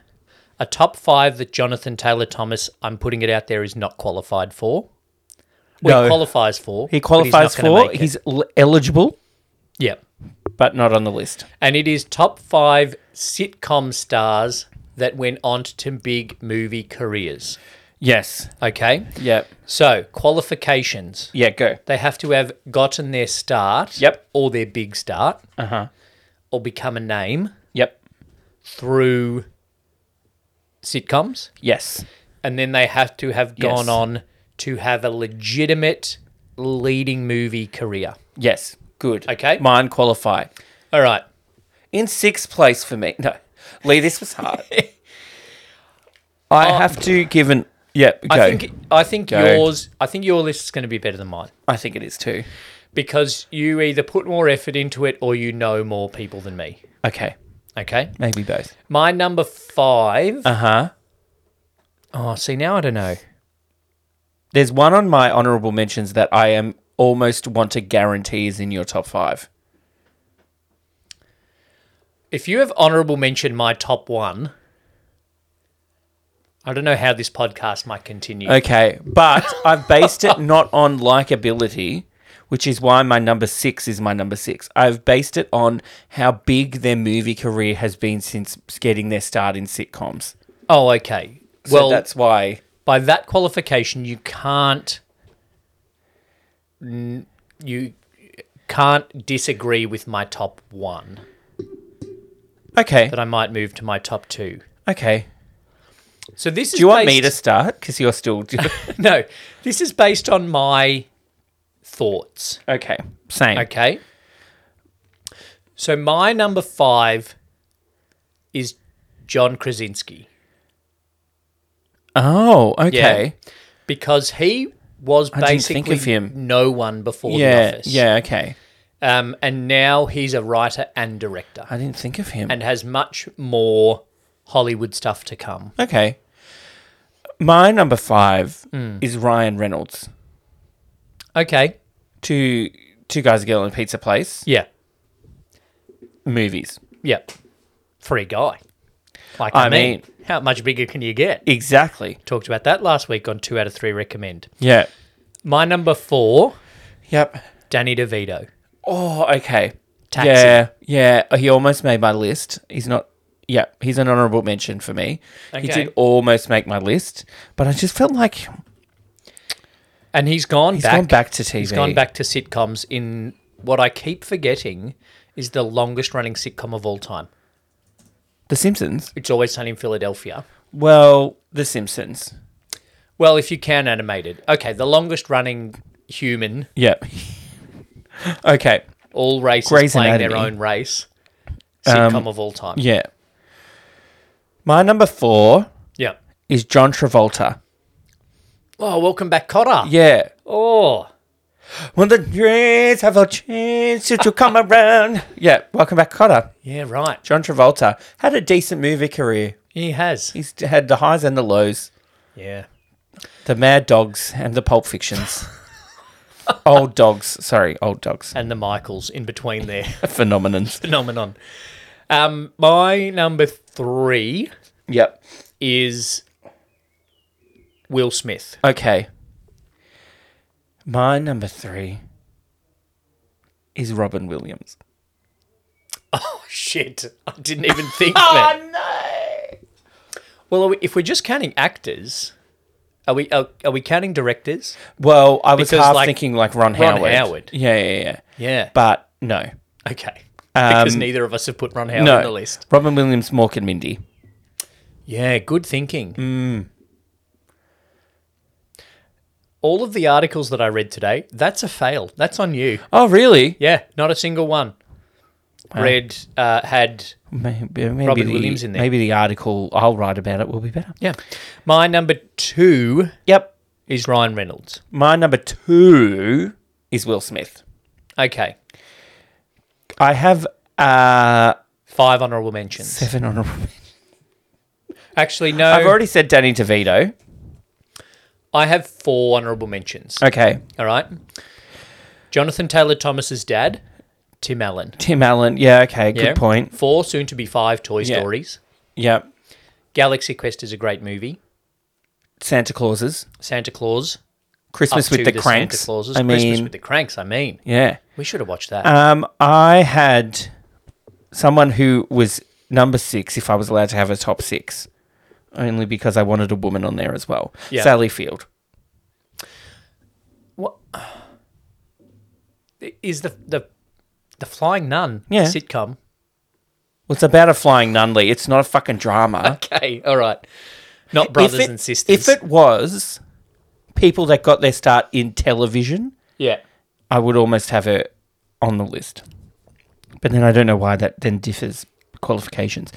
Speaker 1: a top five that Jonathan Taylor Thomas, I'm putting it out there, is not qualified for. Well,
Speaker 2: No.
Speaker 1: he qualifies for.
Speaker 2: He qualifies for.
Speaker 1: He's
Speaker 2: He's l- eligible,
Speaker 1: yeah,
Speaker 2: but not on the list.
Speaker 1: and it is top five sitcom stars that went on to big movie careers.
Speaker 2: Yes.
Speaker 1: Okay.
Speaker 2: Yep.
Speaker 1: So, qualifications.
Speaker 2: Yeah. Go.
Speaker 1: They have to have gotten their start
Speaker 2: Yep.
Speaker 1: or their big start
Speaker 2: Uh huh.
Speaker 1: or become a name
Speaker 2: Yep.
Speaker 1: through sitcoms.
Speaker 2: Yes.
Speaker 1: And then they have to have gone
Speaker 2: Yes.
Speaker 1: on to have a legitimate leading movie career.
Speaker 2: Yes. Good.
Speaker 1: Okay.
Speaker 2: Mine qualify.
Speaker 1: All right.
Speaker 2: In sixth place for me. No. Lee, this was hard. I have to give an. Yep. Go.
Speaker 1: I think I think
Speaker 2: Go.
Speaker 1: yours I think your list is going to be better than mine
Speaker 2: I think it is too.
Speaker 1: because you either put more effort into it or you know more people than me.
Speaker 2: Okay.
Speaker 1: Okay?
Speaker 2: Maybe both.
Speaker 1: My number 5
Speaker 2: Uh huh.
Speaker 1: Oh, see now I don't know.
Speaker 2: There's one on my honorable mentions that I am almost want to guarantee is in your top five.
Speaker 1: If you have honorable mention my top 1 I don't know how this podcast might continue.
Speaker 2: Okay, but I've based it not on likability, which is why my number six is my number six. I've based it on how big their movie career has been since getting their start in sitcoms.
Speaker 1: Oh, okay.
Speaker 2: So
Speaker 1: Well,
Speaker 2: that's why.
Speaker 1: by that qualification you can't n- you can't disagree with my top 1
Speaker 2: Okay,
Speaker 1: that I might move to my top 2.
Speaker 2: okay.
Speaker 1: So this is
Speaker 2: Do you want me to
Speaker 1: based-
Speaker 2: start? Because you're still.
Speaker 1: No, this is based on my thoughts.
Speaker 2: okay, same.
Speaker 1: Okay. So my number five is John Krasinski
Speaker 2: Oh, okay.
Speaker 1: because he was
Speaker 2: I didn't think
Speaker 1: basically
Speaker 2: of him.
Speaker 1: no one before The
Speaker 2: Yeah,
Speaker 1: Office.
Speaker 2: yeah, okay.
Speaker 1: Um, and now he's a writer and director
Speaker 2: I didn't think of him.
Speaker 1: and has much more Hollywood stuff to come.
Speaker 2: Okay. My number five
Speaker 1: Hmm.
Speaker 2: is Ryan Reynolds.
Speaker 1: Okay.
Speaker 2: Two two guys, a girl, and a pizza place.
Speaker 1: Yeah.
Speaker 2: Movies.
Speaker 1: Yeah. Free guy. Like
Speaker 2: I
Speaker 1: I, mean,
Speaker 2: mean-
Speaker 1: how much bigger can you get?
Speaker 2: Exactly.
Speaker 1: Talked about that last week on two out of three recommend.
Speaker 2: Yeah.
Speaker 1: My number four,
Speaker 2: Yep.
Speaker 1: Danny DeVito.
Speaker 2: Oh, okay.
Speaker 1: Taxi.
Speaker 2: Yeah. Yeah. Uh, He almost made my list. He's not. Yeah, he's an honorable mention for me. He
Speaker 1: Okay.
Speaker 2: did almost make my list, but I just felt like
Speaker 1: And he's gone
Speaker 2: he's
Speaker 1: back.
Speaker 2: gone back to TV.
Speaker 1: He's gone back to sitcoms in what I keep forgetting is the longest running sitcom of all time.
Speaker 2: The Simpsons.
Speaker 1: It's always sunny in Philadelphia.
Speaker 2: Well, The Simpsons.
Speaker 1: Well, if you can animated. Okay, the longest running human,
Speaker 2: Yep. okay.
Speaker 1: all races
Speaker 2: Grey's
Speaker 1: playing their
Speaker 2: Anatomy.
Speaker 1: own race. Sitcom of all time. Um, Yeah.
Speaker 2: Yeah. My number four is John Travolta.
Speaker 1: Oh, welcome back, Cotter.
Speaker 2: Yeah.
Speaker 1: Oh.
Speaker 2: When the dreams have a chance to come around. Yeah. Welcome back, Cotter.
Speaker 1: Yeah, right.
Speaker 2: John Travolta had a decent movie career.
Speaker 1: He has.
Speaker 2: He's had the highs and the lows,
Speaker 1: Yeah.
Speaker 2: the Mad Dogs and the Pulp Fictions. old dogs, sorry, old dogs.
Speaker 1: And the Michaels in between there.
Speaker 2: Phenomenons.
Speaker 1: phenomenon. Um, my number three
Speaker 2: Yep.
Speaker 1: is Will Smith.
Speaker 2: Okay. My number three is Robin Williams.
Speaker 1: Oh shit! Oh, I didn't even think
Speaker 2: Oh,
Speaker 1: that. Well, are we, if we're just counting actors, are we are, are we counting directors?
Speaker 2: Well, I was
Speaker 1: Because,
Speaker 2: half
Speaker 1: like,
Speaker 2: thinking like Ron,
Speaker 1: Ron
Speaker 2: Howard.
Speaker 1: Howard.
Speaker 2: Yeah, yeah, yeah.
Speaker 1: Yeah. Um,
Speaker 2: But no.
Speaker 1: okay. Because neither of us have put Ron Howard
Speaker 2: no.
Speaker 1: on the list.
Speaker 2: Robin Williams, Mork and Mindy.
Speaker 1: Yeah, good thinking.
Speaker 2: Hmm.
Speaker 1: All of the articles that I read today, that's a fail. That's on you.
Speaker 2: Oh, really?
Speaker 1: Yeah, not a single one. Read uh, had
Speaker 2: Maybe, maybe
Speaker 1: Robin
Speaker 2: the,
Speaker 1: Williams in there.
Speaker 2: Maybe the article I'll write about it will be better.
Speaker 1: Yeah. My number two
Speaker 2: Yep.
Speaker 1: is Ryan Reynolds.
Speaker 2: My number two is Will Smith.
Speaker 1: Okay.
Speaker 2: I have uh,
Speaker 1: Five honorable mentions.
Speaker 2: seven honorable.
Speaker 1: Actually, no.
Speaker 2: I've already said Danny DeVito.
Speaker 1: I have four honorable mentions.
Speaker 2: Okay.
Speaker 1: All right. Jonathan Taylor Thomas's dad, Tim Allen.
Speaker 2: Tim Allen. Yeah. Okay. Good
Speaker 1: Yeah.
Speaker 2: point.
Speaker 1: Four, soon to be five Toy
Speaker 2: Yeah.
Speaker 1: Stories.
Speaker 2: Yep.
Speaker 1: Galaxy Quest is a great movie.
Speaker 2: Santa Clauses.
Speaker 1: Santa Claus. up
Speaker 2: Christmas
Speaker 1: to
Speaker 2: with the, Cranks.
Speaker 1: Santa Clauses.
Speaker 2: I mean, Uh,
Speaker 1: Christmas with the Cranks, I mean.
Speaker 2: yeah.
Speaker 1: We should have watched that.
Speaker 2: Um, I had Um, someone who was number six if I was allowed to have a top six, only because I wanted a woman on there as well.
Speaker 1: Yeah.
Speaker 2: Sally Field.
Speaker 1: What is the the the Flying Nun
Speaker 2: Yeah.
Speaker 1: sitcom?
Speaker 2: Well, it's about a flying nunley. It's not a fucking drama.
Speaker 1: Okay, all right. Not Uh, brothers
Speaker 2: If it-
Speaker 1: and
Speaker 2: If
Speaker 1: sisters.
Speaker 2: it was people that got their start in television,
Speaker 1: yeah.
Speaker 2: I would almost have her on the list. But then I don't know why that then differs qualifications.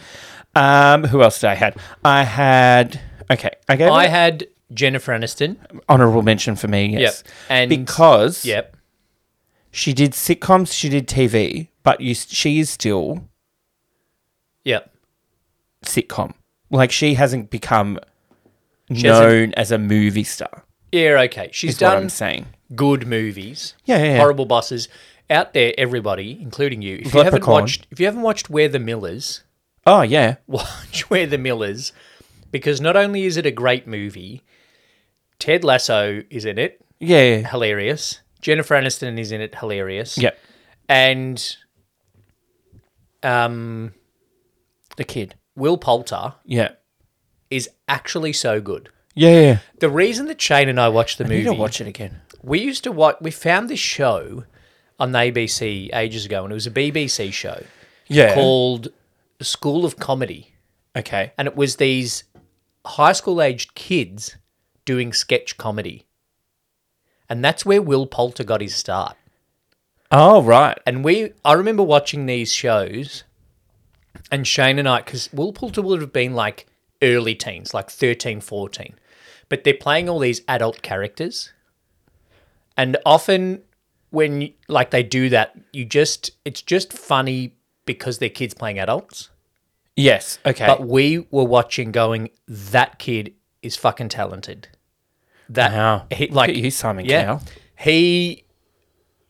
Speaker 2: Um, who else did I had? I had okay. I gave
Speaker 1: I
Speaker 2: I
Speaker 1: had Jennifer Aniston.
Speaker 2: honorable mention for me. Yes,
Speaker 1: Yep. And
Speaker 2: because
Speaker 1: Yep.
Speaker 2: she did sitcoms, she did TV, but you, she is still
Speaker 1: Yep.
Speaker 2: sitcom. Like she hasn't become
Speaker 1: hasn't-
Speaker 2: known as a movie star.
Speaker 1: Yeah, okay. She's
Speaker 2: Is what I'm
Speaker 1: done
Speaker 2: saying.
Speaker 1: good movies.
Speaker 2: Yeah, yeah, yeah.
Speaker 1: Horrible bosses. Out there, everybody, including you, if you haven't
Speaker 2: Leprechaun.
Speaker 1: watched if you haven't watched Where the Millers,
Speaker 2: Oh yeah,
Speaker 1: watch Where the Millers because not only is it a great movie, Ted Lasso is in it,
Speaker 2: yeah, yeah.
Speaker 1: hilarious. Jennifer Aniston is in it, hilarious.
Speaker 2: Yep.
Speaker 1: And um,
Speaker 2: The kid.
Speaker 1: Will Poulter
Speaker 2: Yeah,
Speaker 1: is actually so good.
Speaker 2: yeah, yeah. yeah.
Speaker 1: The reason that Shane and I watched the
Speaker 2: I need
Speaker 1: movie,
Speaker 2: to watch it again.
Speaker 1: we used to watch. We found this show on the ABC ages ago, and it was a BBC show
Speaker 2: Yeah.
Speaker 1: called School of Comedy.
Speaker 2: Okay.
Speaker 1: and it was these high school aged kids doing sketch comedy. And that's where Will Poulter got his start.
Speaker 2: Oh right.
Speaker 1: And we, I remember watching these shows, and Shane and I, because Will Poulter would have been like early teens, like 13, 14, but they're playing all these adult characters. And often when you- like they do that, you just, it's just funny because they're kids playing adults.
Speaker 2: Yes. Okay.
Speaker 1: But we were watching, going, that kid is fucking talented. That
Speaker 2: Wow.
Speaker 1: he,
Speaker 2: Look
Speaker 1: like
Speaker 2: at you, Simon Cowell.
Speaker 1: he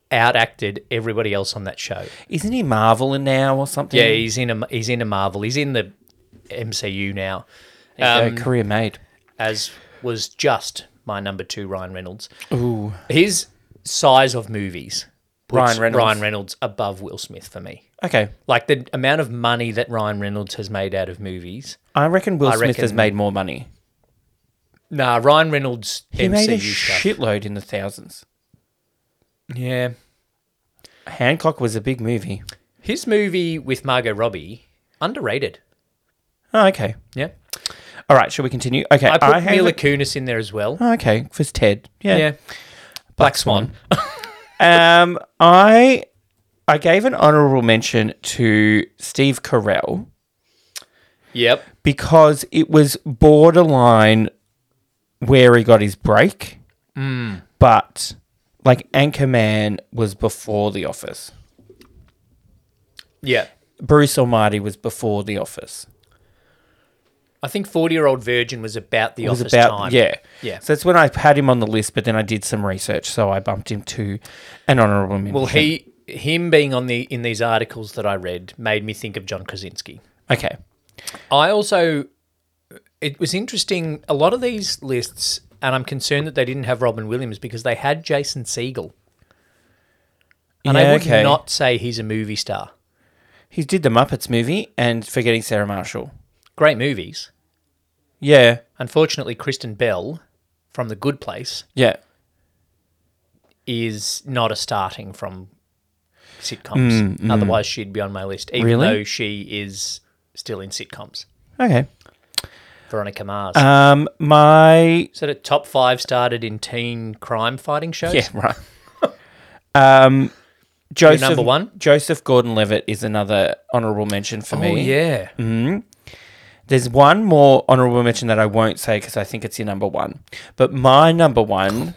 Speaker 1: outacted everybody else on that show.
Speaker 2: Isn't he marveling now or something?
Speaker 1: Yeah, he's in a he's in a Marvel. He's in the MCU now,
Speaker 2: There you
Speaker 1: um,
Speaker 2: go, career made.
Speaker 1: as was just my number two, Ryan Reynolds.
Speaker 2: Ooh.
Speaker 1: His size of movies puts
Speaker 2: Ryan Reynolds.
Speaker 1: Ryan Reynolds above Will Smith for me.
Speaker 2: Okay.
Speaker 1: Like the amount of money that Ryan Reynolds has made out of movies.
Speaker 2: I reckon Will Smith has
Speaker 1: reckon-
Speaker 2: made more money.
Speaker 1: Nah, Ryan Reynolds
Speaker 2: He
Speaker 1: MCU
Speaker 2: made a
Speaker 1: stuff.
Speaker 2: shitload in the thousands.
Speaker 1: Yeah.
Speaker 2: Hancock was a big movie.
Speaker 1: His movie with Margot Robbie, underrated.
Speaker 2: Oh, okay.
Speaker 1: Yeah.
Speaker 2: All right. Shall we continue? Okay.
Speaker 1: I put
Speaker 2: have
Speaker 1: Mila
Speaker 2: a-
Speaker 1: Kunis in there as well.
Speaker 2: Oh, okay. For Ted. Yeah.
Speaker 1: yeah. Black Swan.
Speaker 2: Um. I. I gave an honorable mention to Steve Carell
Speaker 1: Yep.
Speaker 2: because it was borderline where he got his break,
Speaker 1: Hmm.
Speaker 2: but like Anchorman was before The Office.
Speaker 1: Yeah.
Speaker 2: Bruce Almighty was before The Office.
Speaker 1: I think 40 year old virgin was about the
Speaker 2: It was
Speaker 1: office
Speaker 2: about
Speaker 1: time.
Speaker 2: yeah,
Speaker 1: Yeah.
Speaker 2: So that's when I had him on the list, but then I did some research, so I bumped him to an honourable mention.
Speaker 1: Well, he him being on the in these articles that I read made me think of John Krasinski.
Speaker 2: okay,
Speaker 1: I also it was interesting a lot of these lists and I'm concerned that they didn't have Robin Williams because they had Jason Segel. And I
Speaker 2: Yeah,
Speaker 1: would
Speaker 2: okay.
Speaker 1: not say he's a movie star.
Speaker 2: he did the Muppets movie and Forgetting Sarah Marshall.
Speaker 1: Great movies.
Speaker 2: Yeah,
Speaker 1: Unfortunately, Kristen Bell from The Good Place
Speaker 2: yeah, is
Speaker 1: is not a starting from sitcoms. Otherwise, she'd be on my list, even
Speaker 2: Mm, Really?
Speaker 1: though she is still in sitcoms.
Speaker 2: okay.
Speaker 1: Veronica Mars.
Speaker 2: Um, my
Speaker 1: so the top five started in teen crime fighting shows.
Speaker 2: yeah, right. um, Joseph
Speaker 1: number one?
Speaker 2: Joseph Gordon-Levitt is another honourable mention for
Speaker 1: Oh,
Speaker 2: me. Mm.
Speaker 1: yeah.
Speaker 2: There's one more honourable mention that I won't say because I think it's your number one. But my number one,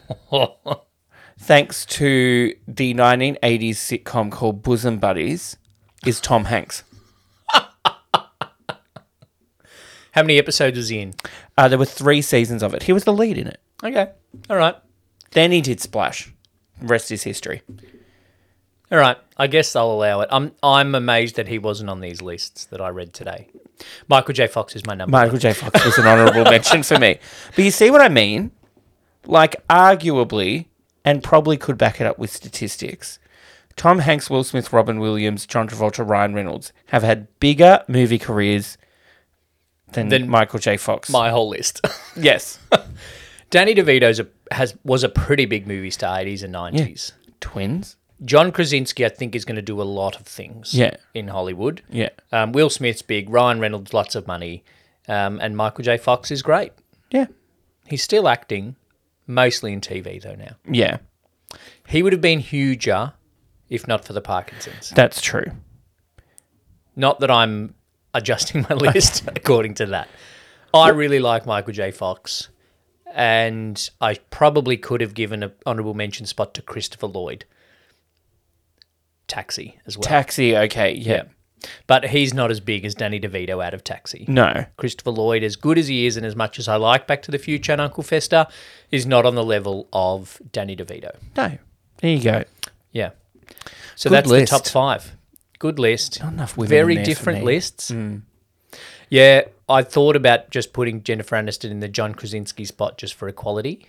Speaker 2: thanks to the 1980s sitcom called Bosom Buddies, is Tom Hanks.
Speaker 1: How many episodes was he in?
Speaker 2: Uh, there were three seasons of it. He was the lead in it.
Speaker 1: Okay. All right.
Speaker 2: Then he did Splash. Rest is history.
Speaker 1: All right. I guess I'll allow it. I'm I'm amazed that he wasn't on these lists that I read today. Michael J. Fox is my number.
Speaker 2: Michael J. Fox was an honourable mention for me. But you see what I mean? Like, arguably, and probably could back it up with statistics, Tom Hanks, Will Smith, Robin Williams, John Travolta, Ryan Reynolds have had bigger movie careers than,
Speaker 1: Than
Speaker 2: Michael J. Fox.
Speaker 1: My whole list.
Speaker 2: yes.
Speaker 1: Danny DeVito's a, has was a pretty big movie star, eighties and nineties.
Speaker 2: Twins?
Speaker 1: John Krasinski, I think, is going to do a lot of things.
Speaker 2: Yeah.
Speaker 1: in Hollywood.
Speaker 2: Yeah.
Speaker 1: Um, Will Smith's big. Ryan Reynolds, lots of money, um, and Michael J. Fox is great.
Speaker 2: Yeah.
Speaker 1: He's still acting, mostly in TV though now.
Speaker 2: Yeah.
Speaker 1: He would have been huger if not for the Parkinson's.
Speaker 2: That's true.
Speaker 1: Not that I'm adjusting my list according to that. I really like Michael J. Fox, and I probably could have given an honorable mention spot to Christopher Lloyd. Taxi as well.
Speaker 2: Taxi, okay. Yeah.
Speaker 1: but he's not as big as Danny DeVito out of Taxi.
Speaker 2: No.
Speaker 1: Christopher Lloyd, as good as he is, and as much as I like Back to the Future and Uncle Fester, is not on the level of Danny DeVito.
Speaker 2: No. There you go.
Speaker 1: Yeah. So
Speaker 2: Good
Speaker 1: that's
Speaker 2: list.
Speaker 1: the top five. Good list.
Speaker 2: Not enough women
Speaker 1: Very
Speaker 2: in there for
Speaker 1: different
Speaker 2: me. Hmm.
Speaker 1: lists. Yeah, I thought about just putting Jennifer Aniston in the John Krasinski spot just for equality.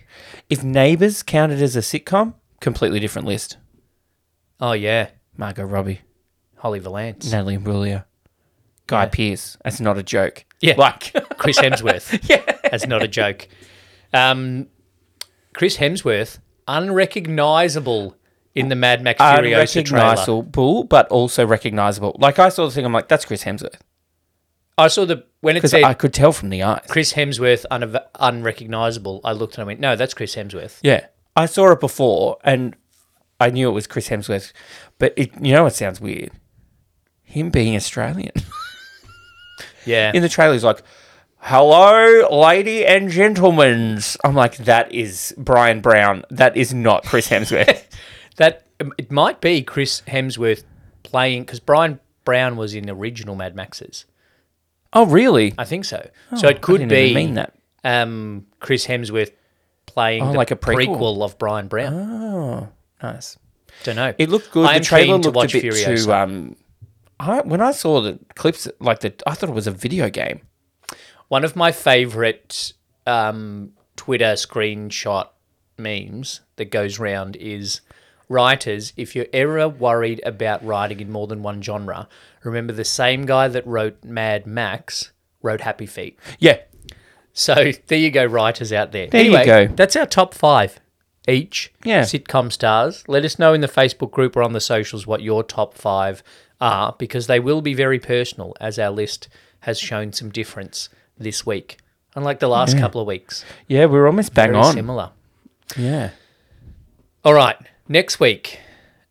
Speaker 2: If Neighbours counted as a sitcom, completely different list.
Speaker 1: Oh yeah,
Speaker 2: Margot Robbie,
Speaker 1: Holly Valance.
Speaker 2: Natalie Imbruglia, Guy Pearce. That's not a joke.
Speaker 1: Yeah.
Speaker 2: Like,
Speaker 1: Chris Hemsworth. yeah, that's not a joke. Um, Chris Hemsworth, unrecognizable in the Mad Max Furiosa trailer.
Speaker 2: unrecognizable, but also recognizable. Like, I saw the thing, I'm like, that's Chris Hemsworth.
Speaker 1: I saw the when it
Speaker 2: Because
Speaker 1: said
Speaker 2: I could tell from the eyes.
Speaker 1: Chris Hemsworth un- unrecognizable. I looked and I went, no, that's Chris Hemsworth.
Speaker 2: Yeah. I saw it before and I knew it was Chris Hemsworth, but it, you know, it sounds weird. Him being Australian.
Speaker 1: Yeah,
Speaker 2: In the trailer, he's like, Hello, lady and gentlemen. I'm like, that is Brian Brown. That is not Chris Hemsworth.
Speaker 1: That um, it might be Chris Hemsworth playing because Brian Brown was in the original Mad Maxes.
Speaker 2: oh, really?
Speaker 1: I think so. so it could
Speaker 2: Oh, didn't
Speaker 1: be
Speaker 2: even mean that.
Speaker 1: Um, Chris Hemsworth playing
Speaker 2: Oh,
Speaker 1: the
Speaker 2: like a
Speaker 1: prequel.
Speaker 2: prequel.
Speaker 1: of Brian Brown.
Speaker 2: Nice.
Speaker 1: Don't know.
Speaker 2: It looked good.
Speaker 1: I am
Speaker 2: the trailer
Speaker 1: keen
Speaker 2: looked
Speaker 1: to watch
Speaker 2: a bit
Speaker 1: Furiosa.
Speaker 2: too. Um, I, when I saw the clips, like the, I thought it was a video game.
Speaker 1: One of my favorite um, Twitter screenshot memes that goes round is writers. If you're ever worried about writing in more than one genre, remember the same guy that wrote Mad Max wrote Happy Feet.
Speaker 2: Yeah,
Speaker 1: So there you go, writers out there.
Speaker 2: There you go.
Speaker 1: That's our top five each.
Speaker 2: Yeah.
Speaker 1: Sitcom stars. Let us know in the Facebook group or on the socials what your top five are because they will be very personal as our list has shown some difference this week, unlike the last couple of weeks.
Speaker 2: yeah, we were almost bang
Speaker 1: Very
Speaker 2: on.
Speaker 1: similar.
Speaker 2: Yeah,
Speaker 1: All right. Next week,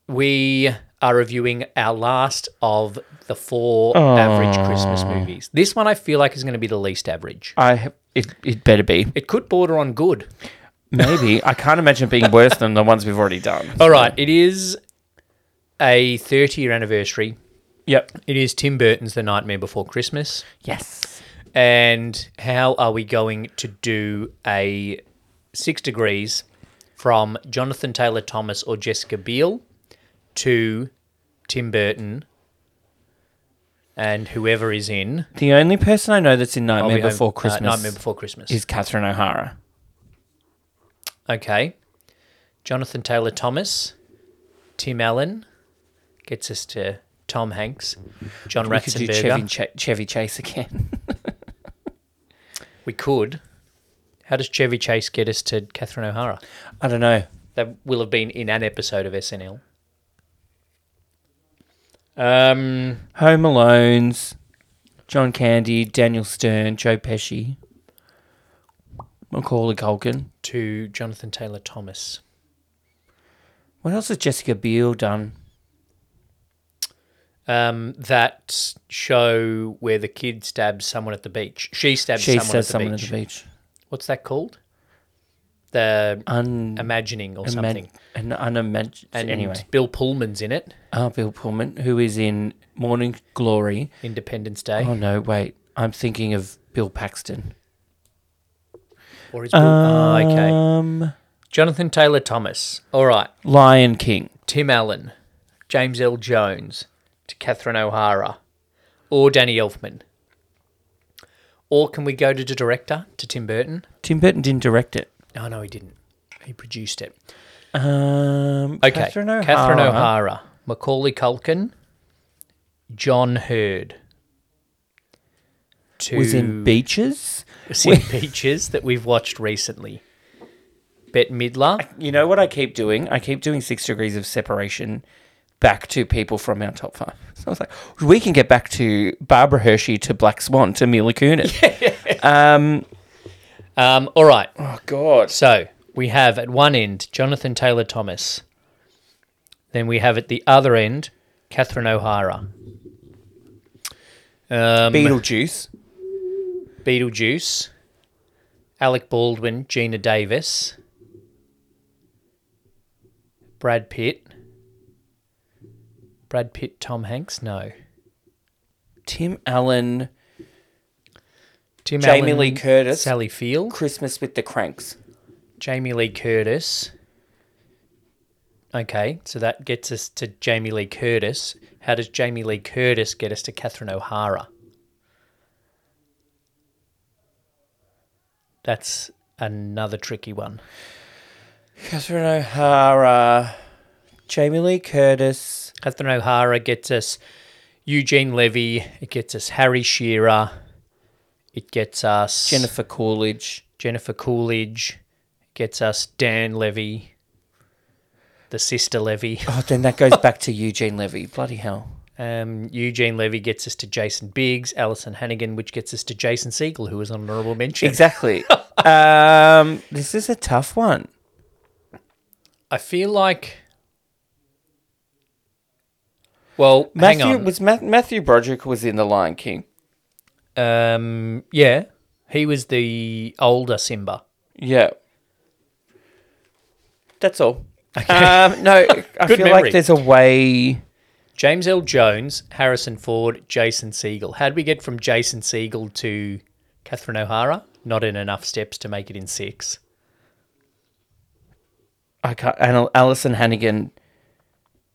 Speaker 1: we are reviewing our last of the four average Christmas movies. This one I feel like is going to be the least average.
Speaker 2: I have- it it better be
Speaker 1: It could border on good.
Speaker 2: maybe. I can't imagine it being worse than the ones we've already done.
Speaker 1: All right, it is a 30 year anniversary.
Speaker 2: Yep.
Speaker 1: It is Tim Burton's The Nightmare Before Christmas.
Speaker 2: Yes.
Speaker 1: And how are we going to do a six degrees from Jonathan Taylor Thomas or Jessica Biel to Tim Burton and whoever is in
Speaker 2: The only person I know that's in
Speaker 1: I'll
Speaker 2: Nightmare
Speaker 1: Be Home-
Speaker 2: Before
Speaker 1: uh,
Speaker 2: Christmas
Speaker 1: Nightmare Before Christmas.
Speaker 2: is Catherine O'Hara.
Speaker 1: Okay. Jonathan Taylor Thomas, Tim Allen gets us to Tom Hanks, John
Speaker 2: We could do
Speaker 1: Ratzenberger.
Speaker 2: Chevy, Ch- Chevy Chase again.
Speaker 1: We could. How does Chevy Chase get us to Catherine O'Hara?
Speaker 2: I don't know.
Speaker 1: That will have been in an episode of SNL. Um,
Speaker 2: Home Alone's, John Candy, Daniel Stern, Joe Pesci, Macaulay Culkin.
Speaker 1: to Jonathan Taylor Thomas.
Speaker 2: What else has Jessica Biel done?
Speaker 1: Um, that show where the kid stabs someone at the beach. She stabs
Speaker 2: She
Speaker 1: someone, at the,
Speaker 2: says someone
Speaker 1: beach.
Speaker 2: at the beach.
Speaker 1: What's that called? The
Speaker 2: Un-
Speaker 1: imagining or
Speaker 2: Imag-
Speaker 1: something.
Speaker 2: an unimagined.
Speaker 1: And
Speaker 2: Anyway,
Speaker 1: Bill Pullman's in it.
Speaker 2: oh, Bill Pullman, who is in Morning Glory.
Speaker 1: Independence Day,
Speaker 2: Oh no, wait, I'm thinking of Bill Paxton.
Speaker 1: or is Bill? oh, okay.
Speaker 2: Um,
Speaker 1: Jonathan Taylor Thomas. All right.
Speaker 2: Lion King.
Speaker 1: Tim Allen, James L. Jones, to Catherine O'Hara, or Danny Elfman? Or can we go to the director, to Tim Burton?
Speaker 2: Tim Burton didn't direct it.
Speaker 1: Oh, no, he didn't. He produced it.
Speaker 2: Um,
Speaker 1: Okay.
Speaker 2: Catherine O'Hara.
Speaker 1: Catherine O'Hara. Macaulay Culkin, John Hurd. Two
Speaker 2: was in beaches.
Speaker 1: was in Peaches that we've watched recently. Bette Midler.
Speaker 2: You know what I keep doing? I keep doing six degrees of separation back to people from our top five. So I was like, we can get back to Barbara Hershey to Black Swan to Mila Kunis. Um,
Speaker 1: Um, all right.
Speaker 2: oh God.
Speaker 1: So we have at one end Jonathan Taylor Thomas. Then we have at the other end Catherine O'Hara. Um,
Speaker 2: Beetlejuice.
Speaker 1: Beetlejuice, Alec Baldwin, Gina Davis, Brad Pitt. Brad Pitt, Tom Hanks? No.
Speaker 2: Tim Allen.
Speaker 1: Tim
Speaker 2: Jamie Lee Curtis.
Speaker 1: Sally Field.
Speaker 2: Christmas with the Cranks.
Speaker 1: Jamie Lee Curtis. Okay, so that gets us to Jamie Lee Curtis. How does Jamie Lee Curtis get us to Catherine O'Hara? That's another tricky one.
Speaker 2: Catherine O'Hara. Jamie Lee Curtis.
Speaker 1: Catherine O'Hara gets us Eugene Levy. It gets us Harry Shearer. It gets us
Speaker 2: Jennifer Coolidge.
Speaker 1: Jennifer Coolidge. It gets us Dan Levy. The sister Levy.
Speaker 2: Oh, then that goes back to Eugene Levy. Bloody hell.
Speaker 1: Um, Eugene Levy gets us to Jason Biggs. Alison Hannigan, which gets us to Jason Siegel, who was an honorable mention.
Speaker 2: Exactly. um, this is a tough one.
Speaker 1: I feel like. Well,
Speaker 2: Matthew
Speaker 1: hang on.
Speaker 2: was Ma- Matthew Broderick was in The Lion King.
Speaker 1: um, yeah, he was the older Simba.
Speaker 2: Yeah. That's all. Um, no, I
Speaker 1: Good
Speaker 2: feel
Speaker 1: memory.
Speaker 2: like there's a way.
Speaker 1: James L. Jones, Harrison Ford, Jason Siegel. How would we get from Jason Siegel to Catherine O'Hara? Not in enough steps to make it in six.
Speaker 2: I can't. And Alison Hannigan,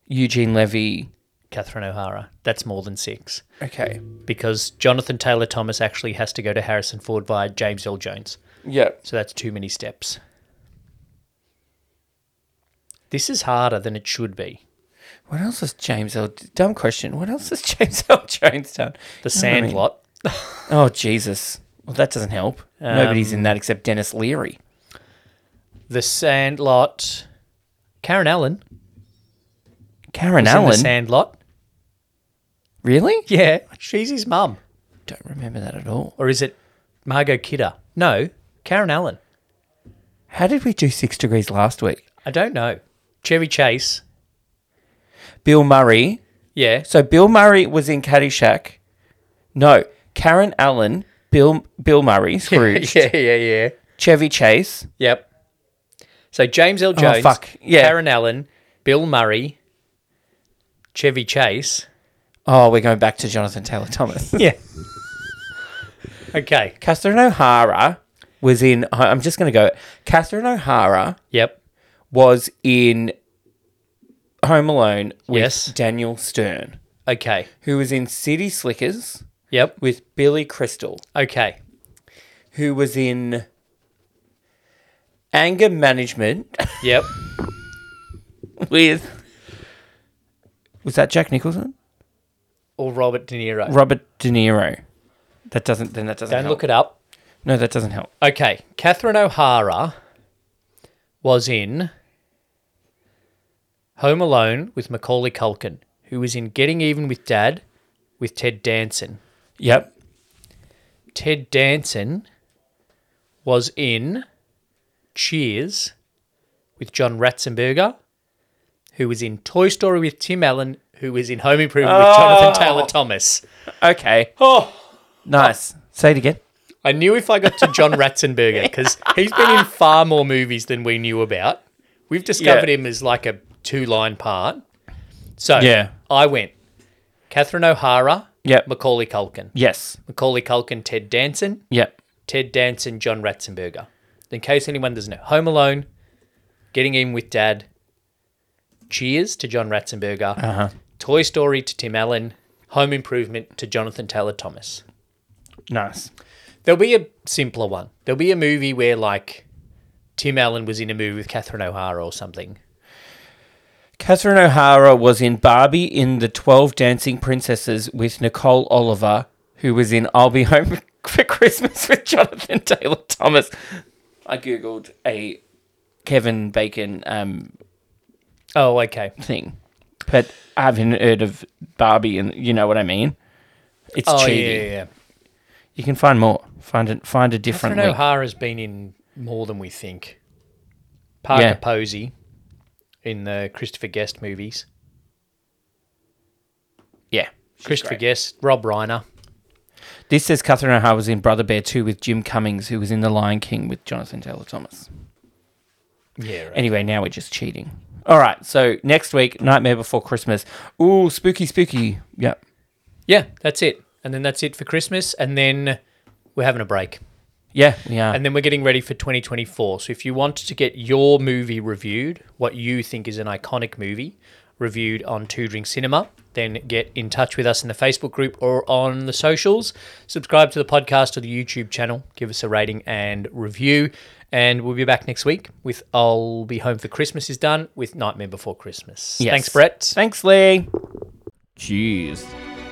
Speaker 2: Eugene Levy.
Speaker 1: Catherine O'Hara. That's more than six.
Speaker 2: Okay.
Speaker 1: Because Jonathan Taylor Thomas actually has to go to Harrison Ford via James L. Jones.
Speaker 2: Yeah.
Speaker 1: So that's too many steps. This is harder than it should be.
Speaker 2: What else has James L. Dumb question. What else has James L. Jones done?
Speaker 1: The
Speaker 2: You know what I mean?
Speaker 1: Sandlot.
Speaker 2: Oh Jesus. Well, that doesn't help. Nobody's in that except Dennis Leary.
Speaker 1: The Sandlot. Karen Allen.
Speaker 2: Karen
Speaker 1: was in The
Speaker 2: Allen.
Speaker 1: Sandlot.
Speaker 2: really?
Speaker 1: Yeah, she's his mum.
Speaker 2: Don't remember that at all.
Speaker 1: Or is it Margot Kidder? No, Karen Allen.
Speaker 2: How did we do Six Degrees last week?
Speaker 1: I don't know. Chevy Chase.
Speaker 2: Bill Murray.
Speaker 1: Yeah.
Speaker 2: So Bill Murray was in Caddyshack. No, Karen Allen, Bill Bill Murray, Scrooge,
Speaker 1: yeah, yeah, yeah.
Speaker 2: Chevy Chase.
Speaker 1: Yep. So James L. Jones,
Speaker 2: Oh, fuck. Yeah.
Speaker 1: Karen Allen, Bill Murray, Chevy Chase.
Speaker 2: Oh, we're going back to Jonathan Taylor Thomas.
Speaker 1: Yeah. okay.
Speaker 2: Catherine O'Hara was in. I- I'm just going to go. Catherine O'Hara
Speaker 1: Yep.
Speaker 2: was in Home Alone with
Speaker 1: Yes.
Speaker 2: Daniel Stern,
Speaker 1: Okay.
Speaker 2: who was in City Slickers
Speaker 1: Yep.
Speaker 2: with Billy Crystal,
Speaker 1: Okay.
Speaker 2: who was in Anger Management
Speaker 1: Yep.
Speaker 2: with. Was that Jack Nicholson?
Speaker 1: Or Robert De Niro.
Speaker 2: Robert De Niro. That doesn't. Then that doesn't.
Speaker 1: Don't
Speaker 2: help.
Speaker 1: look it up.
Speaker 2: No, that doesn't help.
Speaker 1: Okay. Catherine O'Hara was in Home Alone with Macaulay Culkin, who was in Getting Even with Dad with Ted Danson.
Speaker 2: Yep.
Speaker 1: Ted Danson was in Cheers with John Ratzenberger, who was in Toy Story with Tim Allen, who was in Home Improvement with
Speaker 2: Oh.
Speaker 1: Jonathan Taylor Thomas.
Speaker 2: Okay.
Speaker 1: Oh,
Speaker 2: Nice. Say it again.
Speaker 1: I knew if I got to John Ratzenberger because he's been in far more movies than we knew about. We've discovered
Speaker 2: Yeah.
Speaker 1: him as like a two-line part. So
Speaker 2: Yeah.
Speaker 1: I went Catherine O'Hara,
Speaker 2: Yep.
Speaker 1: Macaulay Culkin,
Speaker 2: Yes.
Speaker 1: Macaulay Culkin, Ted Danson,
Speaker 2: Yep.
Speaker 1: Ted Danson, John Ratzenberger. In case anyone doesn't know, Home Alone, Getting In with Dad, Cheers to John Ratzenberger,
Speaker 2: Uh-huh.
Speaker 1: Toy Story to Tim Allen, Home Improvement to Jonathan Taylor Thomas.
Speaker 2: Nice.
Speaker 1: There'll be a simpler one. There'll be a movie where like Tim Allen was in a movie with Catherine O'Hara or something.
Speaker 2: Catherine O'Hara was in Barbie in The 12 Dancing Princesses with Nicole Oliver, who was in I'll Be Home for Christmas with Jonathan Taylor Thomas. I Googled a Kevin Bacon um,
Speaker 1: Oh, okay.
Speaker 2: thing, but I haven't heard of Barbie, and you know what I mean? It's
Speaker 1: Oh, yeah,
Speaker 2: cheating.
Speaker 1: yeah, yeah.
Speaker 2: You can find more. Find it. Find a different
Speaker 1: Catherine
Speaker 2: link.
Speaker 1: O'Hara's been in more than we think. Parker
Speaker 2: Yeah.
Speaker 1: Posey in the Christopher Guest movies.
Speaker 2: Yeah. she's
Speaker 1: Christopher
Speaker 2: great.
Speaker 1: Guest, Rob Reiner.
Speaker 2: This says Catherine O'Hara was in Brother Bear 2 with Jim Cummings, who was in The Lion King with Jonathan Taylor Thomas.
Speaker 1: Yeah, right.
Speaker 2: Anyway, now we're just cheating. All right. So next week, Nightmare Before Christmas. Ooh, spooky, spooky. Yeah.
Speaker 1: yeah, that's it. And then that's it for Christmas. And then we're having a break.
Speaker 2: Yeah. Yeah.
Speaker 1: And then we're getting ready for 2024. So if you want to get your movie reviewed, what you think is an iconic movie reviewed on Two Drink Cinema, then get in touch with us in the Facebook group or on the socials. Subscribe to the podcast or the YouTube channel. Give us a rating and review. And we'll be back next week with I'll Be Home for Christmas is done with Nightmare Before Christmas.
Speaker 2: Yes.
Speaker 1: Thanks, Brett.
Speaker 2: Thanks, Lee. Cheers.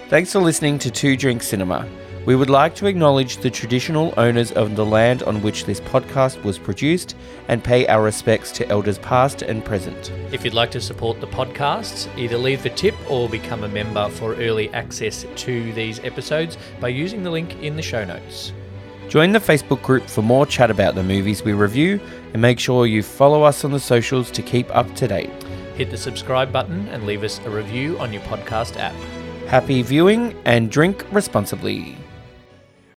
Speaker 2: Thanks for listening to Two Drink Cinema. We would like to acknowledge the traditional owners of the land on which this podcast was produced and pay our respects to elders past and present.
Speaker 1: If you'd like to support the podcast, either leave a tip or become a member for early access to these episodes by using the link in the show notes.
Speaker 2: Join the Facebook group for more chat about the movies we review and make sure you follow us on the socials to keep up to date.
Speaker 1: Hit the subscribe button and leave us a review on your podcast app.
Speaker 2: Happy viewing and drink responsibly.